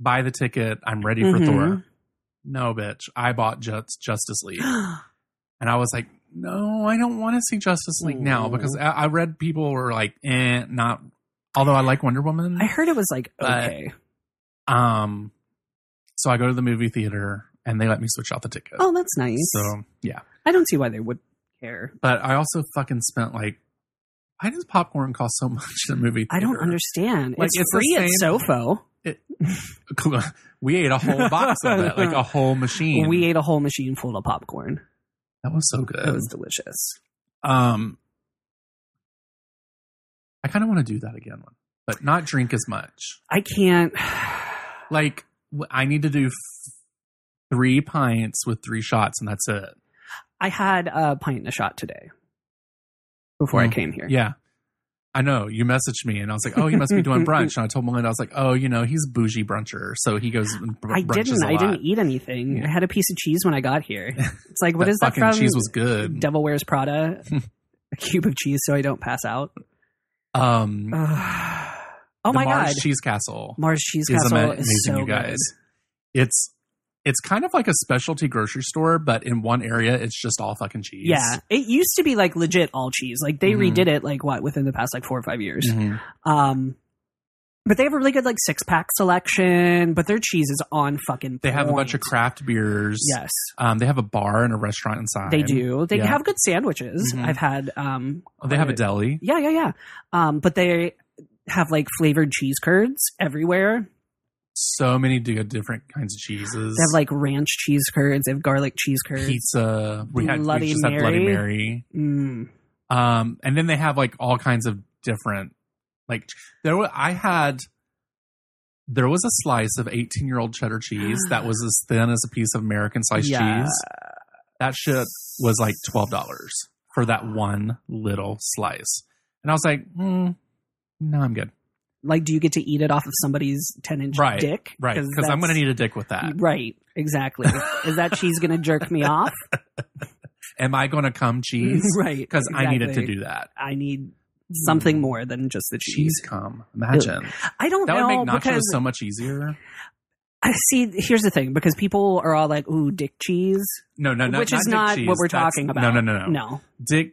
Speaker 5: buy the ticket. I'm ready for
Speaker 6: Mhm.
Speaker 5: Thor. No, bitch. I bought Juts Justice League. And I was like, no, I don't want to see Justice League now because I, I read people were like, eh, not. Although I like Wonder Woman,
Speaker 6: I heard it was like
Speaker 5: But-
Speaker 6: okay.
Speaker 5: um, so I go to the movie theater and they let me switch out the ticket.
Speaker 6: Oh, that's nice.
Speaker 5: So yeah,
Speaker 6: I don't see why they would care.
Speaker 5: but I also fucking spent like, why does popcorn cost so much in a movie?
Speaker 6: I don't
Speaker 5: theater?
Speaker 6: understand.
Speaker 5: Like,
Speaker 6: it's,
Speaker 5: it's the
Speaker 6: free at
Speaker 5: same-
Speaker 6: Sofo.
Speaker 5: we ate a whole box of it, like a whole machine.
Speaker 6: We ate a whole machine full of popcorn.
Speaker 5: that was so good.
Speaker 6: It was delicious.
Speaker 5: um, I kind of want to do that again, but not drink as much.
Speaker 6: I can't.
Speaker 5: Like wh- I need to do f- three pints with three shots, and that's it.
Speaker 6: I had a pint and a shot today before
Speaker 5: Mm.
Speaker 6: I came here.
Speaker 5: Yeah. I know you messaged me and I was like, "Oh, he must be doing brunch." And I told Melinda, "I was like, oh, you know, he's bougie bruncher, so he goes." and br-
Speaker 6: I
Speaker 5: brunches
Speaker 6: didn't.
Speaker 5: a
Speaker 6: I
Speaker 5: lot."
Speaker 6: didn't eat anything.
Speaker 5: Yeah.
Speaker 6: I had a piece of cheese when I got here. It's like, what
Speaker 5: that
Speaker 6: is that
Speaker 5: fucking
Speaker 6: from?
Speaker 5: cheese was good.
Speaker 6: Devil Wears Prada. a cube of cheese so I don't pass out.
Speaker 5: Um,
Speaker 6: Ugh. oh
Speaker 5: the
Speaker 6: my
Speaker 5: Mars
Speaker 6: god,
Speaker 5: Cheese Castle.
Speaker 6: Mars Cheese
Speaker 5: is
Speaker 6: Castle
Speaker 5: ama-
Speaker 6: is,
Speaker 5: amazing,
Speaker 6: so
Speaker 5: you guys.
Speaker 6: good.
Speaker 5: It's it's kind of like a specialty grocery store, but in one area, it's just all fucking cheese.
Speaker 6: Yeah, it used to be like legit all cheese. Like they
Speaker 5: Mhm.
Speaker 6: redid it like what within the past like four or five years.
Speaker 5: Mhm.
Speaker 6: Um, but they have a really good like six pack selection. But their cheese is on fucking.
Speaker 5: they have a bunch of
Speaker 6: point.
Speaker 5: craft beers.
Speaker 6: Yes,
Speaker 5: Um, they have a bar and a restaurant inside.
Speaker 6: they do. They
Speaker 5: Yeah.
Speaker 6: have good sandwiches.
Speaker 5: Mhm.
Speaker 6: I've had. Um,
Speaker 5: Oh, They have a
Speaker 6: quite-
Speaker 5: deli.
Speaker 6: Yeah, yeah, yeah. Um, but they have like flavored cheese curds everywhere.
Speaker 5: So many do- different kinds of cheeses.
Speaker 6: They have like ranch cheese curds. They have garlic cheese curds.
Speaker 5: pizza. We had
Speaker 6: Bloody
Speaker 5: we just had Bloody
Speaker 6: Mary.
Speaker 5: Mary.
Speaker 6: Mm.
Speaker 5: Um, and then they have like all kinds of different, like there. Were, I had there was a slice of eighteen year old cheddar cheese that was as thin as a piece of American sliced
Speaker 6: Yeah.
Speaker 5: cheese. That shit was like twelve dollars for that one little slice, and I was like, mm, no, I'm good.
Speaker 6: Like, do you get to eat it off of somebody's ten inch
Speaker 5: Right,
Speaker 6: dick?
Speaker 5: Right, because I'm gonna
Speaker 6: that's-
Speaker 5: need a dick with that.
Speaker 6: Right, exactly. Is that cheese going to jerk me off?
Speaker 5: Am I gonna come cheese?
Speaker 6: right,
Speaker 5: Because I needed to
Speaker 6: exactly.
Speaker 5: do that.
Speaker 6: I need something more than just the cheese.
Speaker 5: Cheese come. Imagine
Speaker 6: I don't
Speaker 5: that would
Speaker 6: know
Speaker 5: make nachos
Speaker 6: because
Speaker 5: so much easier.
Speaker 6: I see. Here's the thing: because people are all like, "Ooh, dick cheese,"
Speaker 5: No, no, no.
Speaker 6: which is
Speaker 5: dick
Speaker 6: not
Speaker 5: cheese.
Speaker 6: what we're
Speaker 5: That's-
Speaker 6: talking about.
Speaker 5: No, no, no, no.
Speaker 6: no.
Speaker 5: Dick.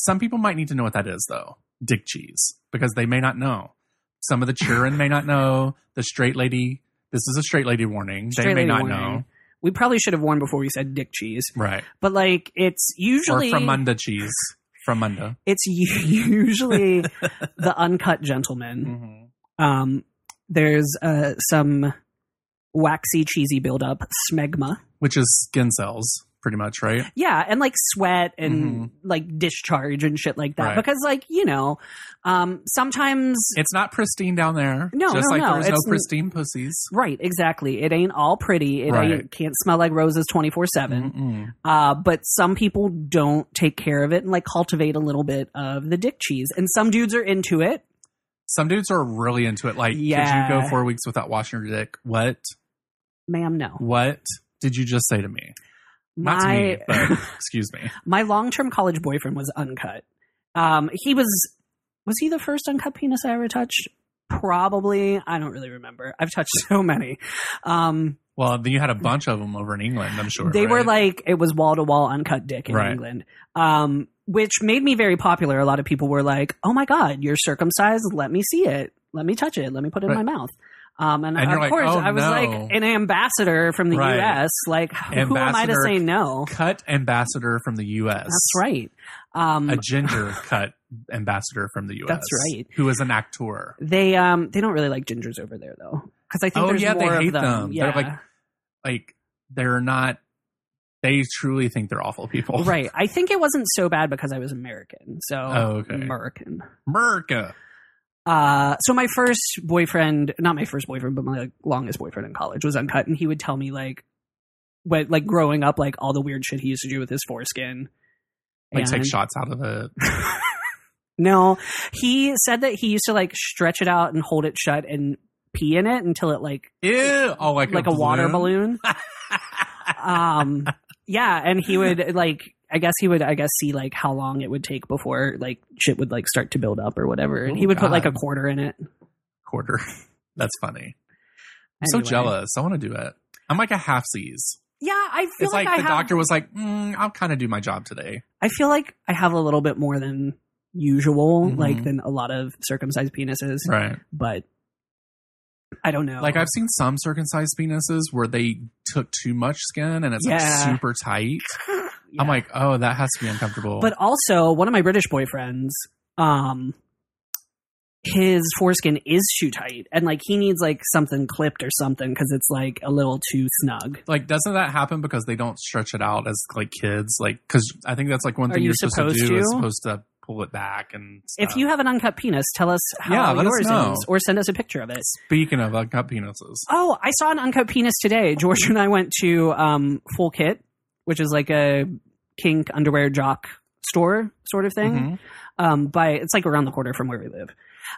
Speaker 5: Some people might need to know what that is, though. Dick cheese, because they may not know. Some of the children may not know. The straight lady. This is a straight lady warning. they
Speaker 6: Straight
Speaker 5: may
Speaker 6: lady
Speaker 5: not
Speaker 6: warning.
Speaker 5: know.
Speaker 6: We probably should have warned before we said dick cheese,
Speaker 5: Right.
Speaker 6: but like it's usually
Speaker 5: or from Munda cheese. From Munda.
Speaker 6: it's u- usually the uncut gentleman. Um, there's uh, some waxy, cheesy buildup, smegma.
Speaker 5: Which is skin cells, pretty much, right?
Speaker 6: Yeah, and like sweat and like discharge and shit like that.
Speaker 5: Mm-hmm. Right.
Speaker 6: Because like you know, um, sometimes
Speaker 5: It's not pristine down there.
Speaker 6: No,
Speaker 5: Just
Speaker 6: no,
Speaker 5: like
Speaker 6: no.
Speaker 5: there's no
Speaker 6: It's n-
Speaker 5: pristine pussies.
Speaker 6: right, exactly. It ain't all pretty. It
Speaker 5: Right. Mm-hmm.
Speaker 6: ain't, can't smell like roses twenty four seven.
Speaker 5: Mm-mm.
Speaker 6: Uh, but some people don't take care of it and like cultivate a little bit of the dick cheese. And some dudes are into it.
Speaker 5: Some dudes are really into it. Like, did you
Speaker 6: Yeah.
Speaker 5: go four weeks without washing your dick? What?
Speaker 6: Ma'am, no.
Speaker 5: What did you just say to me? Not to me, but excuse me.
Speaker 6: my long term college boyfriend was uncut. Um, he was was he the first uncut penis I ever touched? Probably. I don't really remember. I've touched so many. Um,
Speaker 5: Well, then you had a bunch of them over in England, I'm sure.
Speaker 6: they were
Speaker 5: right?
Speaker 6: like it was wall to wall uncut dick in
Speaker 5: Right.
Speaker 6: England, um, which made me very popular. A lot of people were like, "Oh my god, you're circumcised. Let me see it. Let me touch it. Let me put it
Speaker 5: Right.
Speaker 6: in my mouth." Um, and,
Speaker 5: And you're
Speaker 6: of
Speaker 5: like,
Speaker 6: course,
Speaker 5: "Oh,
Speaker 6: I was
Speaker 5: no."
Speaker 6: like an ambassador from the
Speaker 5: Right.
Speaker 6: U.S. Like, who am I to
Speaker 5: Ambassador.
Speaker 6: say no?
Speaker 5: cut ambassador from the U.S.
Speaker 6: That's right. Um,
Speaker 5: A ginger cut ambassador from the U.S.
Speaker 6: That's right.
Speaker 5: Who is an actor?
Speaker 6: They um they don't really like gingers over there though because I think
Speaker 5: Oh,
Speaker 6: there's
Speaker 5: yeah, they
Speaker 6: more
Speaker 5: hate
Speaker 6: of them.
Speaker 5: them. They're
Speaker 6: Yeah,
Speaker 5: like- Like they're not. They truly think they're awful people.
Speaker 6: right. I think it wasn't so bad because I was American, so
Speaker 5: Oh, okay.
Speaker 6: American.
Speaker 5: America.
Speaker 6: Uh, so my first boyfriend, not my first boyfriend, but my like, longest boyfriend in college was uncut, and he would tell me like, what like growing up, like all the weird shit he used to do with his foreskin.
Speaker 5: Like take
Speaker 6: And-
Speaker 5: shots out of it.
Speaker 6: No, he said that he used to like stretch it out and hold it shut and pee in it until it like
Speaker 5: Ew. Oh, like
Speaker 6: like a, water balloon. um, yeah, and he would like. I guess he would. I guess see like how long it would take before like shit would like start to build up or whatever. And he
Speaker 5: Oh,
Speaker 6: would put like a
Speaker 5: God.
Speaker 6: quarter in it.
Speaker 5: quarter. That's funny. I'm so
Speaker 6: Anyway.
Speaker 5: jealous. I want to do it. I'm like a half seas.
Speaker 6: Yeah, I feel
Speaker 5: It's
Speaker 6: like,
Speaker 5: like,
Speaker 6: I
Speaker 5: the
Speaker 6: have,
Speaker 5: doctor was like, mm, I'll kind of do my job today.
Speaker 6: I feel like I have a little bit more than usual,
Speaker 5: Mhm.
Speaker 6: like than a lot of circumcised penises.
Speaker 5: Right.
Speaker 6: But I don't know.
Speaker 5: Like I've seen some circumcised penises where they took too much skin and it's
Speaker 6: Yeah.
Speaker 5: like super tight.
Speaker 6: Yeah.
Speaker 5: I'm like, oh, that has to be uncomfortable.
Speaker 6: But also, one of my British boyfriends, um, his foreskin is shoe tight, and like he needs like something clipped or something because it's like a little too snug.
Speaker 5: like, doesn't that happen because they don't stretch it out as like kids? Like, because I think that's like one
Speaker 6: Are
Speaker 5: thing
Speaker 6: you
Speaker 5: you're supposed,
Speaker 6: supposed
Speaker 5: to do
Speaker 6: to?
Speaker 5: is supposed to pull it back and
Speaker 6: If
Speaker 5: stuff.
Speaker 6: you have an uncut penis, tell us how
Speaker 5: Uh. Yeah, let us
Speaker 6: yours
Speaker 5: know.
Speaker 6: is, or send us a picture of it.
Speaker 5: Speaking of uncut penises,
Speaker 6: Oh, I saw an uncut penis today. George and I went to um, Full Kit, which is like a kink underwear jock store sort of thing.
Speaker 5: Mhm.
Speaker 6: um, by it's like around the corner from where we live.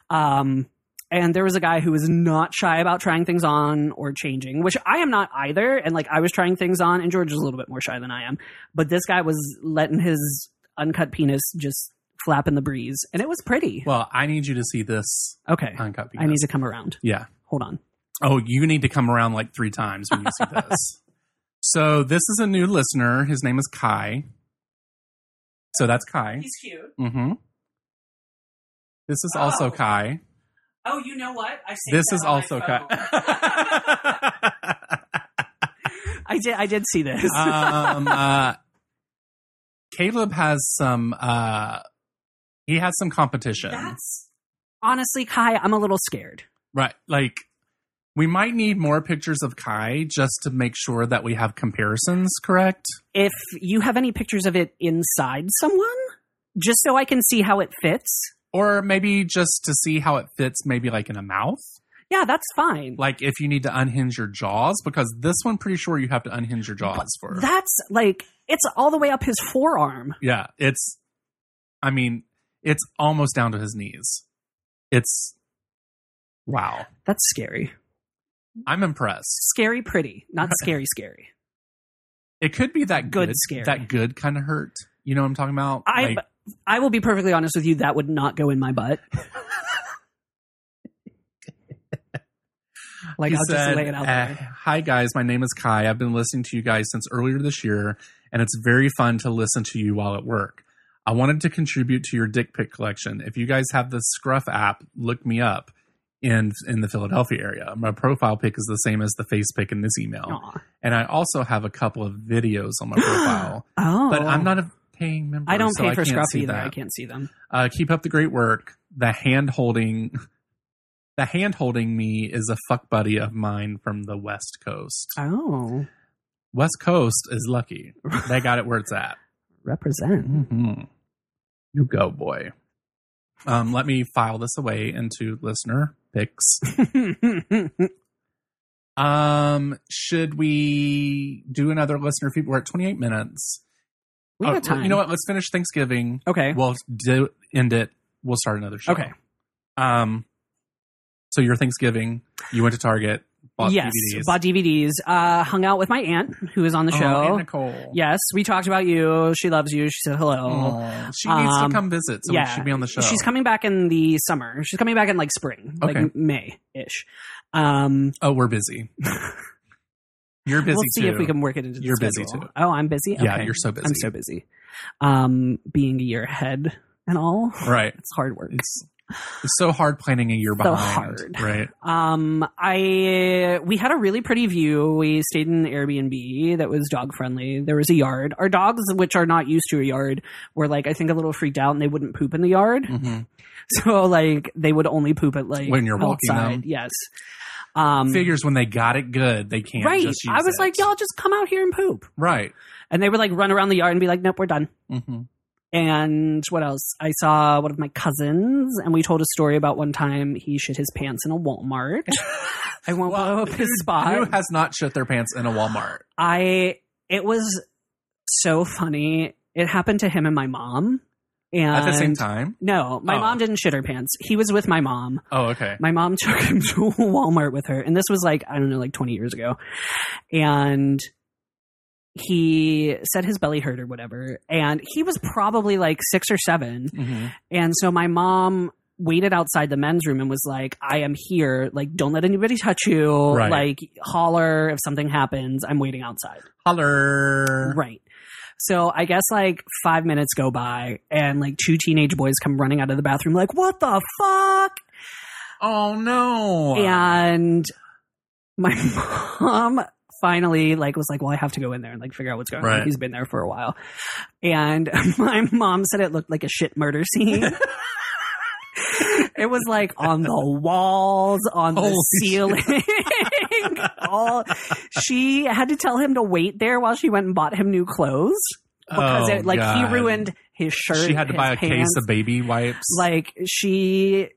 Speaker 6: Um, and there was a guy who was not shy about trying things on or changing, which I am not either. And like I was trying things on, and George is a little bit more shy than I am. But this guy was letting his uncut penis just flap in the breeze, and it was pretty.
Speaker 5: well, I need you to see this
Speaker 6: okay,
Speaker 5: uncut penis.
Speaker 6: I need to come around.
Speaker 5: yeah.
Speaker 6: Hold on.
Speaker 5: Oh, you need to come around like three times when you see this. So this is a new listener. His name is Kai. So that's Kai.
Speaker 6: cute.
Speaker 5: Mm-hmm. This is also
Speaker 6: Oh.
Speaker 5: Kai.
Speaker 6: Oh, you know what? I
Speaker 5: This is also Kai.
Speaker 6: I did. I did see this.
Speaker 5: um, uh, Caleb has some. Uh, he has some competition,
Speaker 6: That's honestly, Kai. I'm a little scared.
Speaker 5: right? Like we might need more pictures of Kai just to make sure that we have comparisons correct.
Speaker 6: if you have any pictures of it inside someone, just so I can see how it fits.
Speaker 5: or maybe just to see how it fits maybe like in a mouth
Speaker 6: Yeah, that's fine.
Speaker 5: like if you need to unhinge your jaws because this one pretty sure you have to unhinge your jaws for
Speaker 6: That's like it's all the way up his forearm.
Speaker 5: yeah it's i mean it's almost down to his knees it's wow
Speaker 6: That's scary.
Speaker 5: i'm impressed
Speaker 6: Scary pretty, not scary scary.
Speaker 5: it could be that
Speaker 6: Good
Speaker 5: good,
Speaker 6: scary.
Speaker 5: that good kind of hurt you know what i'm talking about
Speaker 6: I
Speaker 5: Like,
Speaker 6: I will be perfectly honest with you, that would not go in my butt. like
Speaker 5: He
Speaker 6: I'll
Speaker 5: said,
Speaker 6: just lay it out
Speaker 5: uh,
Speaker 6: there.
Speaker 5: Hi guys, my name is Kai. I've been listening to you guys since earlier this year, and it's very fun to listen to you while at work. I wanted to contribute to your dick pic collection. If you guys have the Scruff app, look me up in in the Philadelphia area. My profile pic is the same as the face pic in this email,
Speaker 6: Aw.
Speaker 5: and I also have a couple of videos on my profile.
Speaker 6: Oh,
Speaker 5: But I'm not a paying member.
Speaker 6: I don't
Speaker 5: so
Speaker 6: pay
Speaker 5: I
Speaker 6: for
Speaker 5: can't
Speaker 6: scruff
Speaker 5: see
Speaker 6: either.
Speaker 5: that.
Speaker 6: I can't see them.
Speaker 5: Uh, keep up the great work. The hand holding, the hand holding me is a fuck buddy of mine from the West Coast.
Speaker 6: Oh,
Speaker 5: West Coast is lucky. They got it where it's at.
Speaker 6: represent.
Speaker 5: Mm-hmm. You go, boy. Um, let me file this away into listener picks. Oh, Um, should we do another listener feed? We're at 28 minutes.
Speaker 6: we have
Speaker 5: Oh,
Speaker 6: time.
Speaker 5: You know what? Let's finish Thanksgiving.
Speaker 6: Okay.
Speaker 5: We'll do, end it. We'll start another show.
Speaker 6: Okay.
Speaker 5: Um. So your Thanksgiving, you went to Target, bought
Speaker 6: yes,
Speaker 5: DVDs.
Speaker 6: bought DVDs. Uh, hung out with my aunt who is on the
Speaker 5: Oh, and
Speaker 6: show.
Speaker 5: Nicole.
Speaker 6: yes, we talked about you. She loves you. She said hello.
Speaker 5: Aw, she needs
Speaker 6: Um,
Speaker 5: to come visit, so
Speaker 6: yeah.
Speaker 5: she should be on the Oh, show.
Speaker 6: She's coming back in the summer. She's coming back in like spring,
Speaker 5: Okay.
Speaker 6: like May ish. Um,
Speaker 5: Oh, we're busy. you're busy
Speaker 6: we'll see
Speaker 5: too.
Speaker 6: if we can work it into. the
Speaker 5: You're busy
Speaker 6: schedule.
Speaker 5: too.
Speaker 6: Oh, I'm busy.
Speaker 5: Yeah,
Speaker 6: Okay.
Speaker 5: you're so busy.
Speaker 6: I'm so busy. Um, being a year ahead and all,
Speaker 5: right.
Speaker 6: it's hard work.
Speaker 5: It's it's so hard planning a year
Speaker 6: So
Speaker 5: behind.
Speaker 6: hard.
Speaker 5: Right.
Speaker 6: Um, I we had a really pretty view. We stayed in an Airbnb that was dog friendly. There was a yard. Our dogs, which are not used to a yard, were like I think a little freaked out and they wouldn't poop in the yard.
Speaker 5: Mhm.
Speaker 6: So like they would only poop at like
Speaker 5: When you're walking
Speaker 6: outside.
Speaker 5: them.
Speaker 6: Yes. Um,
Speaker 5: Figures when they got it good, they can't.
Speaker 6: right.
Speaker 5: Just use
Speaker 6: I was
Speaker 5: it.
Speaker 6: like, y'all just come out here and poop,
Speaker 5: Right.
Speaker 6: and they would like run around the yard and be like, nope, we're done.
Speaker 5: hmm
Speaker 6: And what else? I saw one of my cousins, and we told a story about one time he shit his pants in a Walmart. I won't
Speaker 5: Well,
Speaker 6: blow up his spot.
Speaker 5: Who has not shit their pants in a Walmart?
Speaker 6: I it was so funny. It happened to him and my mom. And
Speaker 5: At the same time.
Speaker 6: No, my
Speaker 5: Oh.
Speaker 6: mom didn't shit her pants. He was with my mom.
Speaker 5: Oh, okay.
Speaker 6: My mom took him to Walmart with her, and this was like I don't know, like twenty years ago. And he said his belly hurt or whatever, and he was probably like six or seven.
Speaker 5: Mhm.
Speaker 6: And so my mom waited outside the men's room and was like, I am here. Like, don't let anybody touch you.
Speaker 5: Right.
Speaker 6: Like, holler if something happens. I'm waiting outside.
Speaker 5: Holler.
Speaker 6: Right. So I guess like five minutes go by and like two teenage boys come running out of the bathroom, like, what the fuck?
Speaker 5: Oh no.
Speaker 6: And my mom finally like was like, well, I have to go in there and like figure out what's going
Speaker 5: Right.
Speaker 6: on. He's been there for a while. And my mom said it looked like a shit murder scene. it was like on the walls, on the
Speaker 5: Holy
Speaker 6: ceiling. All she had to tell him to wait there while she went and bought him new clothes because
Speaker 5: Oh,
Speaker 6: it, like
Speaker 5: God.
Speaker 6: he ruined his shirt.
Speaker 5: She had to
Speaker 6: his
Speaker 5: buy a
Speaker 6: pants.
Speaker 5: case of baby wipes.
Speaker 6: like she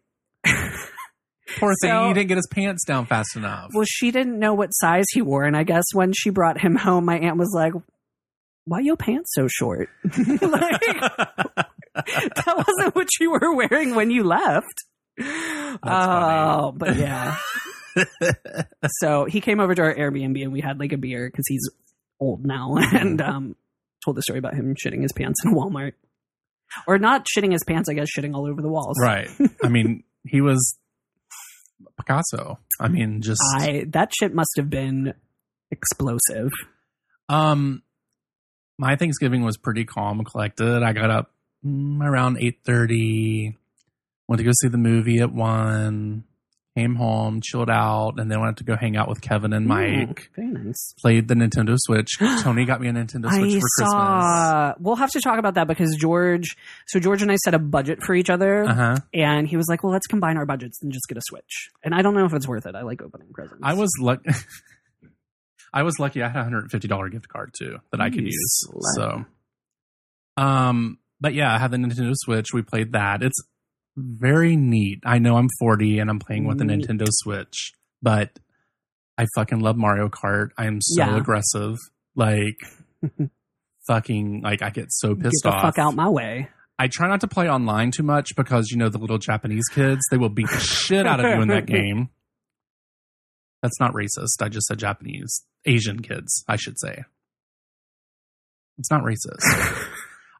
Speaker 5: Poor thing,
Speaker 6: so-
Speaker 5: he didn't get his pants down fast enough.
Speaker 6: Well, she didn't know what size he wore, and I guess when she brought him home, my aunt was like, "Why your pants so short? like that wasn't what you were wearing when you left." Oh,
Speaker 5: funny.
Speaker 6: but yeah. so he came over to our Airbnb and we had like a beer because he's old now,
Speaker 5: Mm-hmm.
Speaker 6: and um, told the story about him shitting his pants in Walmart, or not shitting his pants, I guess shitting all over the walls.
Speaker 5: right. I mean, he was Picasso. I mean, just
Speaker 6: I that shit must have been explosive.
Speaker 5: Um, my Thanksgiving was pretty calm, and collected. I got up mm, around eight thirty, went to go see the movie at one, came home, chilled out, and then went to go hang out with Kevin and Mike.
Speaker 6: Ooh, Oh, very nice.
Speaker 5: Played the Nintendo Switch. Tony got me a Nintendo
Speaker 6: I
Speaker 5: Switch for Christmas.
Speaker 6: saw. We'll have to talk about that because George. So George and I set a budget for each other,
Speaker 5: Uh huh.
Speaker 6: and he was like, "Well, let's combine our budgets and just get a Switch." And I don't know if it's worth it. I like opening presents.
Speaker 5: I was lucky. I was lucky. I had a hundred and fifty dollar gift card too that I could
Speaker 6: You
Speaker 5: use.
Speaker 6: slut.
Speaker 5: So, um, but yeah, I had the Nintendo Switch. We played that. It's very neat. I know I'm forty and I'm playing with a
Speaker 6: Neat.
Speaker 5: Nintendo Switch, but I fucking love Mario Kart. I am so
Speaker 6: Yeah.
Speaker 5: aggressive. Like, fucking, like I get so
Speaker 6: get
Speaker 5: pissed
Speaker 6: the
Speaker 5: off.
Speaker 6: fuck out my way.
Speaker 5: I try not to play online too much because you know the little Japanese kids, they will beat the shit out of you in that game. That's not racist. I just said Japanese. Asian kids, I should say. It's not racist.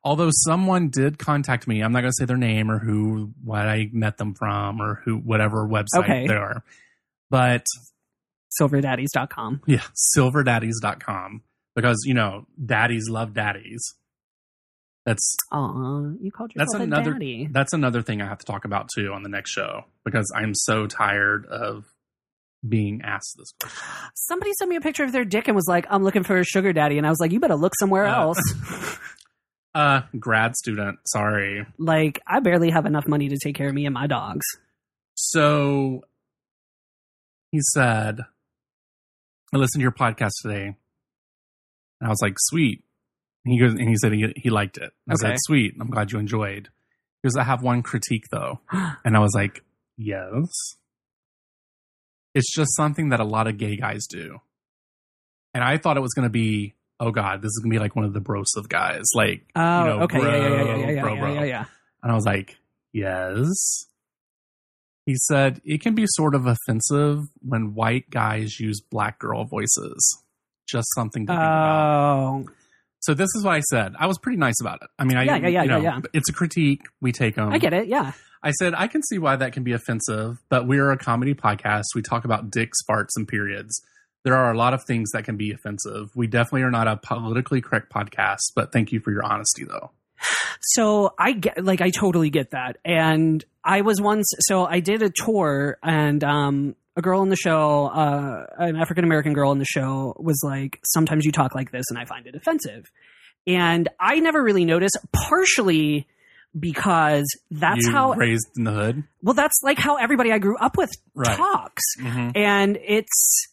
Speaker 5: Although someone did contact me, I'm not going to say their name or who, what I met them from or who, whatever website
Speaker 6: Okay.
Speaker 5: they are. But
Speaker 6: Silverdaddies.com.
Speaker 5: yeah, silverdaddies.com because, you know, daddies love daddies. That's
Speaker 6: Aw, you called yourself
Speaker 5: That's
Speaker 6: a
Speaker 5: another-
Speaker 6: daddy.
Speaker 5: that's another thing I have to talk about too on the next show because I'm so tired of being asked this question.
Speaker 6: Somebody sent me a picture of their dick and was like, "I'm looking for a sugar daddy," and I was like, "You better look somewhere
Speaker 5: Uh.
Speaker 6: else."
Speaker 5: Uh, grad student, sorry.
Speaker 6: like, I barely have enough money to take care of me and my dogs.
Speaker 5: So he said, I listened to your podcast today. And I was like, sweet. And he goes, and he said he, he liked it. I was
Speaker 6: Okay.
Speaker 5: like, sweet. I'm glad you enjoyed. He goes, I have one critique though. And I was like, yes. It's just something that a lot of gay guys do. And I thought it was going to be, oh God, this is going to be like one of the bros of guys. Like,
Speaker 6: Oh,
Speaker 5: know,
Speaker 6: okay, yeah, yeah, yeah, yeah, yeah, yeah,
Speaker 5: bro,
Speaker 6: yeah,
Speaker 5: bro.
Speaker 6: yeah, yeah.
Speaker 5: and I was like, yes. He said, it can be sort of offensive when white guys use black girl voices. Just something to think about.
Speaker 6: Oh,
Speaker 5: So this is what I said. I was pretty nice about it. I mean, I,
Speaker 6: Yeah, yeah, yeah,
Speaker 5: you know,
Speaker 6: yeah, yeah.
Speaker 5: it's a critique. We take them.
Speaker 6: Oh, I get it. Yeah,
Speaker 5: I said, I can see why that can be offensive, but we're a comedy podcast. We talk about dicks, farts, and periods. There are a lot of things that can be offensive. We definitely are not a politically correct podcast, but thank you for your honesty, though.
Speaker 6: So I get like I totally get that. And I was once so I did a tour and um a girl in the show, uh an African American girl in the show was like sometimes you talk like this and I find it offensive. And I never really noticed partially because that's
Speaker 5: you
Speaker 6: how
Speaker 5: raised in the hood,
Speaker 6: well that's like how everybody I grew up with
Speaker 5: right?
Speaker 6: talks
Speaker 5: Mhm.
Speaker 6: and it's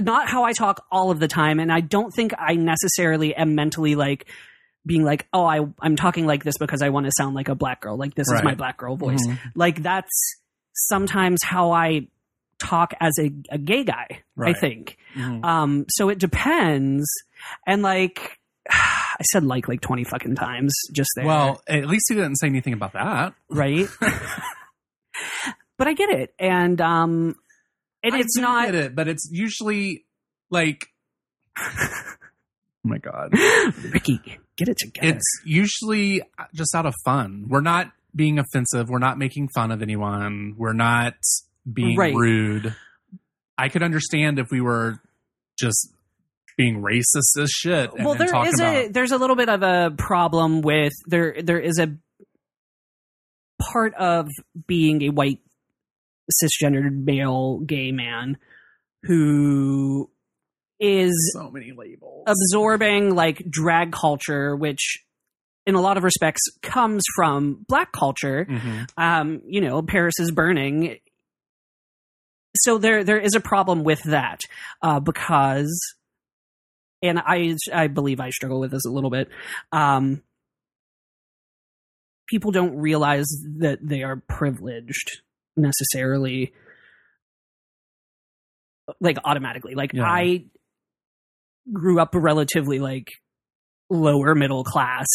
Speaker 6: not how I talk all of the time. And I don't think I necessarily am mentally like being like, oh, I, I'm talking like this because I want to sound like a black girl. Like, this is
Speaker 5: Right.
Speaker 6: my black girl voice.
Speaker 5: Mhm.
Speaker 6: Like, that's sometimes how I talk as a, a gay guy,
Speaker 5: Right.
Speaker 6: I think.
Speaker 5: Mhm.
Speaker 6: Um, so it depends. And like, I said like like 20 fucking times just there.
Speaker 5: Well, at least he didn't say anything about that.
Speaker 6: right? but I get it. And um, and
Speaker 5: I
Speaker 6: it's
Speaker 5: do
Speaker 6: not.
Speaker 5: get it, but it's usually like, oh my god,
Speaker 6: Ricky, get it together.
Speaker 5: it's usually just out of fun. We're not being offensive. We're not making fun of anyone. We're not being
Speaker 6: Right.
Speaker 5: rude. I could understand if we were just being racist as shit. And
Speaker 6: well
Speaker 5: then
Speaker 6: there
Speaker 5: talk
Speaker 6: is a
Speaker 5: about,
Speaker 6: there's a little bit of a problem with there there is a part of being a white cisgendered male gay man who is
Speaker 5: so many labels.
Speaker 6: absorbing like drag culture which in a lot of respects comes from black culture
Speaker 5: Mhm.
Speaker 6: um, you know, Paris is burning. So there, there is a problem with that uh, because, and I, I believe I struggle with this a little bit. Um, people don't realize that they are privileged necessarily, like automatically. Like
Speaker 5: Yeah.
Speaker 6: I grew up relatively like lower middle class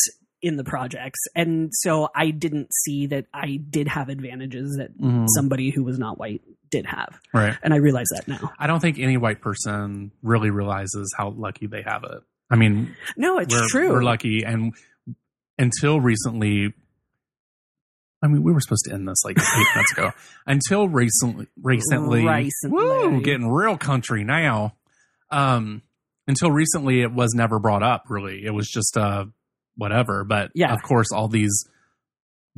Speaker 6: in the projects. And so I didn't see that I did have advantages that
Speaker 5: Mhm.
Speaker 6: somebody who was not white did have.
Speaker 5: Right.
Speaker 6: And I realize that now.
Speaker 5: I don't think any white person really realizes how lucky they have it. I mean,
Speaker 6: No, it's
Speaker 5: we're,
Speaker 6: true.
Speaker 5: We're lucky, and until recently, I mean, we were supposed to end this like eight months ago. Until recently, recently,
Speaker 6: Recently.
Speaker 5: woo, getting real country now. Um, until recently, it was never brought up. Really, it was just uh, whatever. But
Speaker 6: Yeah.
Speaker 5: of course, all these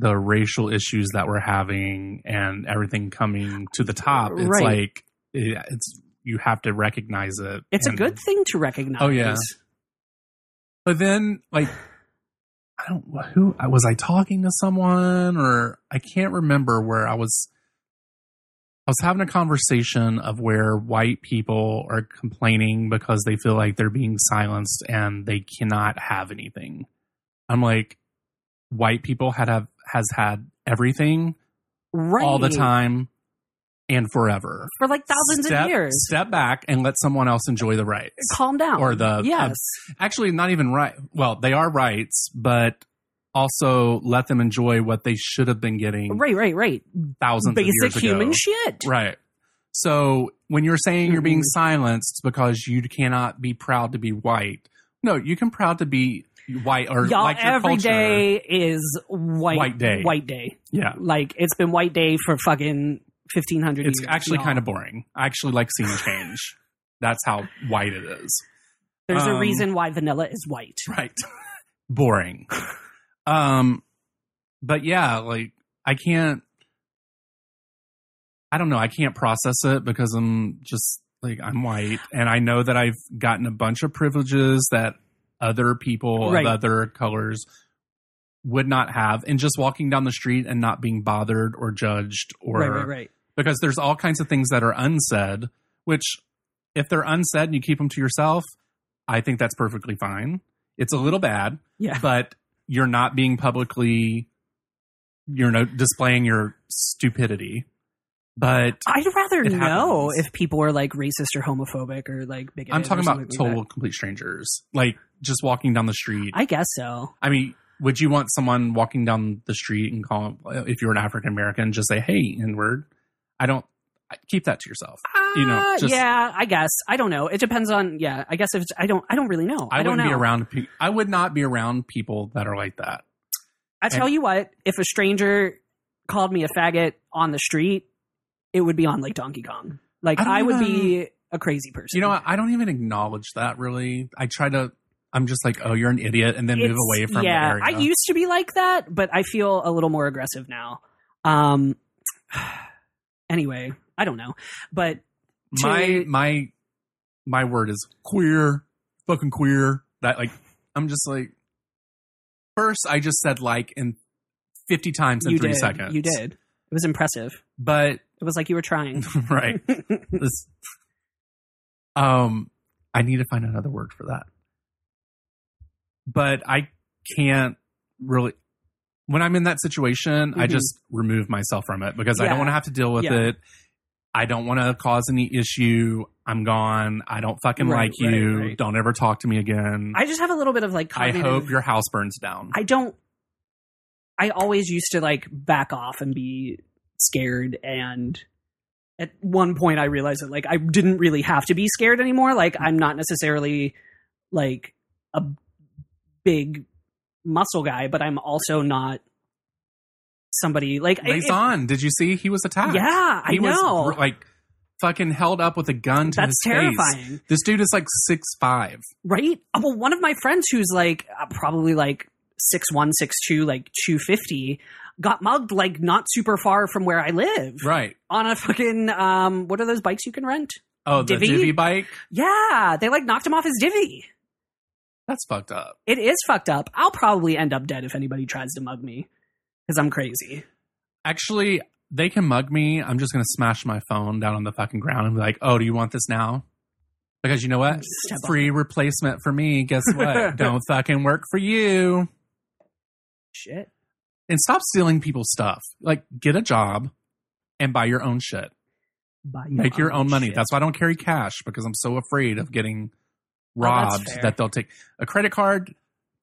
Speaker 5: the racial issues that we're having and everything coming to the top. It's
Speaker 6: Right.
Speaker 5: like it, it's you have to recognize it.
Speaker 6: it's a
Speaker 5: and-
Speaker 6: good thing to recognize.
Speaker 5: Oh, yeah. but then like i don't who was i talking to someone or i can't remember where i was i was having a conversation of where white people are complaining because they feel like they're being silenced and they cannot have anything i'm like white people had have has had everything
Speaker 6: Right.
Speaker 5: all the time and forever
Speaker 6: For like thousands
Speaker 5: step,
Speaker 6: of years.
Speaker 5: step back and let someone else enjoy the rights
Speaker 6: Calm down.
Speaker 5: or the- uh,
Speaker 6: Yes.
Speaker 5: actually not even right well they are rights but also let them enjoy what they should have been getting
Speaker 6: right, right, right.
Speaker 5: thousands of
Speaker 6: Basic
Speaker 5: years
Speaker 6: human
Speaker 5: ago
Speaker 6: shit.
Speaker 5: right so when you're saying you're being
Speaker 6: Mhm.
Speaker 5: silenced because you cannot be proud to be white no you can proud to be white or
Speaker 6: Y'all,
Speaker 5: like your
Speaker 6: every
Speaker 5: culture.
Speaker 6: day is white,
Speaker 5: White day.
Speaker 6: White day.
Speaker 5: yeah
Speaker 6: Like it's been white day for fucking fifteen hundred years.
Speaker 5: it's actually
Speaker 6: y'all.
Speaker 5: kind of boring i actually like seeing change that's how white it is
Speaker 6: There's a
Speaker 5: um,
Speaker 6: reason why vanilla is white.
Speaker 5: right boring um but yeah like i can't i don't know i can't process it because i'm just like i'm white and i know that i've gotten a bunch of privileges that other people
Speaker 6: Right.
Speaker 5: of other colors would not have and just walking down the street and not being bothered or judged or
Speaker 6: Right, right, right.
Speaker 5: because there's all kinds of things that are unsaid which if they're unsaid and you keep them to yourself i think that's perfectly fine it's a little bad
Speaker 6: Yeah.
Speaker 5: but you're not being publicly you're no displaying your stupidity but
Speaker 6: I'd rather
Speaker 5: It
Speaker 6: know
Speaker 5: happens.
Speaker 6: if people are like racist or homophobic or like bigoted.
Speaker 5: i'm talking
Speaker 6: or
Speaker 5: about
Speaker 6: something like
Speaker 5: total complete strangers like just walking down the street
Speaker 6: that. I guess so.
Speaker 5: I mean, would you want someone walking down the street and call if you're an African American, just say, "Hey, N word"? I don't I- keep that to yourself. You know,
Speaker 6: Uh,
Speaker 5: just-
Speaker 6: yeah, I guess. I don't know. It depends on. Yeah, I guess if it's, I don't, I don't really know.
Speaker 5: I,
Speaker 6: don't
Speaker 5: wouldn't
Speaker 6: know.
Speaker 5: be around. Pe- I would not be around people that are like that.
Speaker 6: I tell you what, if a stranger called me a faggot on the street, it would be on like Donkey Kong. Like
Speaker 5: I don't
Speaker 6: I, would
Speaker 5: even-
Speaker 6: be a crazy person.
Speaker 5: You know, what? I don't even acknowledge that really. I try to. I'm just like, oh, you're an idiot, and then move
Speaker 6: It's-
Speaker 5: away from
Speaker 6: yeah,
Speaker 5: the area.
Speaker 6: I used to be like that, but I feel a little more aggressive now. Um. Anyway, I don't know, but
Speaker 5: my
Speaker 6: to-
Speaker 5: my my word is queer, fucking queer. That like, I'm just like. First, I just said like in fifty times in
Speaker 6: you
Speaker 5: three
Speaker 6: did.
Speaker 5: seconds.
Speaker 6: You did. It was impressive.
Speaker 5: but
Speaker 6: It was like you were trying.
Speaker 5: right This- um i need to find another word for that but i can't really when i'm in that situation i
Speaker 6: Mhm.
Speaker 5: just remove myself from it because i don't
Speaker 6: Yeah.
Speaker 5: want to have to deal with
Speaker 6: Yeah.
Speaker 5: it i don't want to cause any issue i'm gone i don't fucking
Speaker 6: Right,
Speaker 5: like
Speaker 6: right,
Speaker 5: you
Speaker 6: right.
Speaker 5: don't ever talk to me again
Speaker 6: I just have a little bit of like.
Speaker 5: i,
Speaker 6: Cognitive,
Speaker 5: hope your house burns down
Speaker 6: I don't. I always used to like back off and be scared, and at one point I realized that like I didn't really have to be scared anymore. Like I'm not necessarily like a big muscle guy, but I'm also not somebody like it- it-
Speaker 5: Lazon, did you see he was attacked?
Speaker 6: Yeah, I
Speaker 5: he
Speaker 6: know.
Speaker 5: was like fucking held up with a gun to
Speaker 6: That's
Speaker 5: his face.
Speaker 6: terrifying.
Speaker 5: This dude is like six five.
Speaker 6: right? Uh, Well, one of my friends who's like uh, probably like six one, six two, like two fifty, got mugged like not super far from where I live
Speaker 5: Right.
Speaker 6: on a fucking um. What are those bikes you can rent?
Speaker 5: Oh, the
Speaker 6: Divvy?
Speaker 5: divvy bike.
Speaker 6: Yeah, they like knocked him off his divvy.
Speaker 5: That's fucked up.
Speaker 6: It is fucked up. I'll probably end up dead if anybody tries to mug me because I'm crazy.
Speaker 5: Actually, they can mug me. I'm just gonna smash my phone down on the fucking ground and be like, "Oh, do you want this now?" Because you know what?
Speaker 6: Step on
Speaker 5: Free replacement for me. Guess what? Don't fucking work for you.
Speaker 6: Shit.
Speaker 5: And stop stealing people's stuff. Like, get a job and buy your own shit.
Speaker 6: Buy
Speaker 5: Make your own money.
Speaker 6: Oh, shit. Oh,
Speaker 5: That's why I don't carry cash because I'm so afraid of getting
Speaker 6: that's
Speaker 5: robbed
Speaker 6: fair.
Speaker 5: that they'll take a credit card,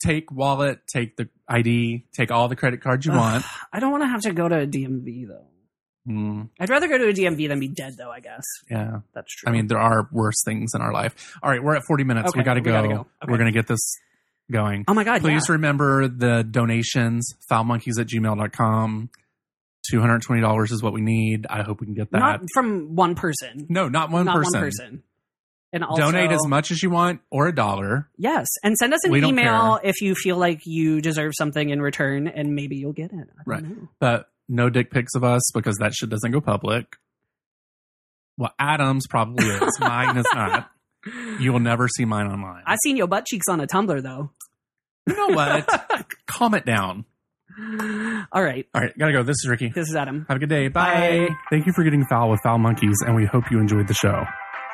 Speaker 5: take wallet, take the ID, take all the credit cards you
Speaker 6: Ugh,
Speaker 5: want.
Speaker 6: I don't want to have to go to a DMV though.
Speaker 5: Mm,
Speaker 6: I'd rather go to a DMV than be dead though. I guess
Speaker 5: yeah.
Speaker 6: that's true.
Speaker 5: I mean, there are worse things in our life. All right, we're at 40 minutes.
Speaker 6: Okay,
Speaker 5: we got to
Speaker 6: we
Speaker 5: go.
Speaker 6: gotta go. Okay.
Speaker 5: We're going to get this going.
Speaker 6: oh my god,
Speaker 5: Please remember the donations, foulmonkeys at gmail.com. $220 is what we need. I hope we can get
Speaker 6: yeah.
Speaker 5: that.
Speaker 6: not from one person.
Speaker 5: no, not one
Speaker 6: not
Speaker 5: person.
Speaker 6: one person. And also,
Speaker 5: Donate as much as you want or a dollar.
Speaker 6: Yes, and send us an
Speaker 5: We don't
Speaker 6: email if you feel like you deserve something in return, and maybe you'll get it. I don't
Speaker 5: Right.
Speaker 6: know.
Speaker 5: but no dick pics of us because that shit doesn't go public. Well, Adam's probably is. Mine is not. You will never see mine online.
Speaker 6: I seen your butt cheeks on a Tumblr though.
Speaker 5: you know what? Calm it down.
Speaker 6: All right,
Speaker 5: All right, gotta go. This is Ricky.
Speaker 6: this is Adam.
Speaker 5: Have a good day. Bye. Thank you for getting foul with Foul Monkeys, and we hope you enjoyed the show.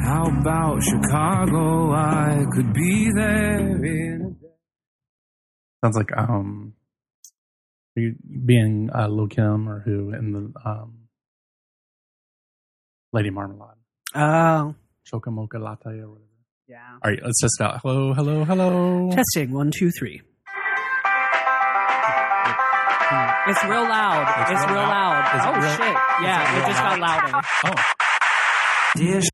Speaker 1: How about Chicago? I could be there in a
Speaker 5: Sounds like um, are you being uh, Lil Kim or who in the um, Lady Marmalade,
Speaker 6: Oh,
Speaker 5: Choca Mocha Latte or whatever.
Speaker 6: yeah.
Speaker 5: All right, let's test it out. Hello, hello, hello.
Speaker 6: Testing one, two, three. It's real loud. It's, real loud.
Speaker 5: Is it
Speaker 6: Oh
Speaker 5: real-
Speaker 6: shit! Yeah, it just got louder.
Speaker 5: Oh.
Speaker 1: dish.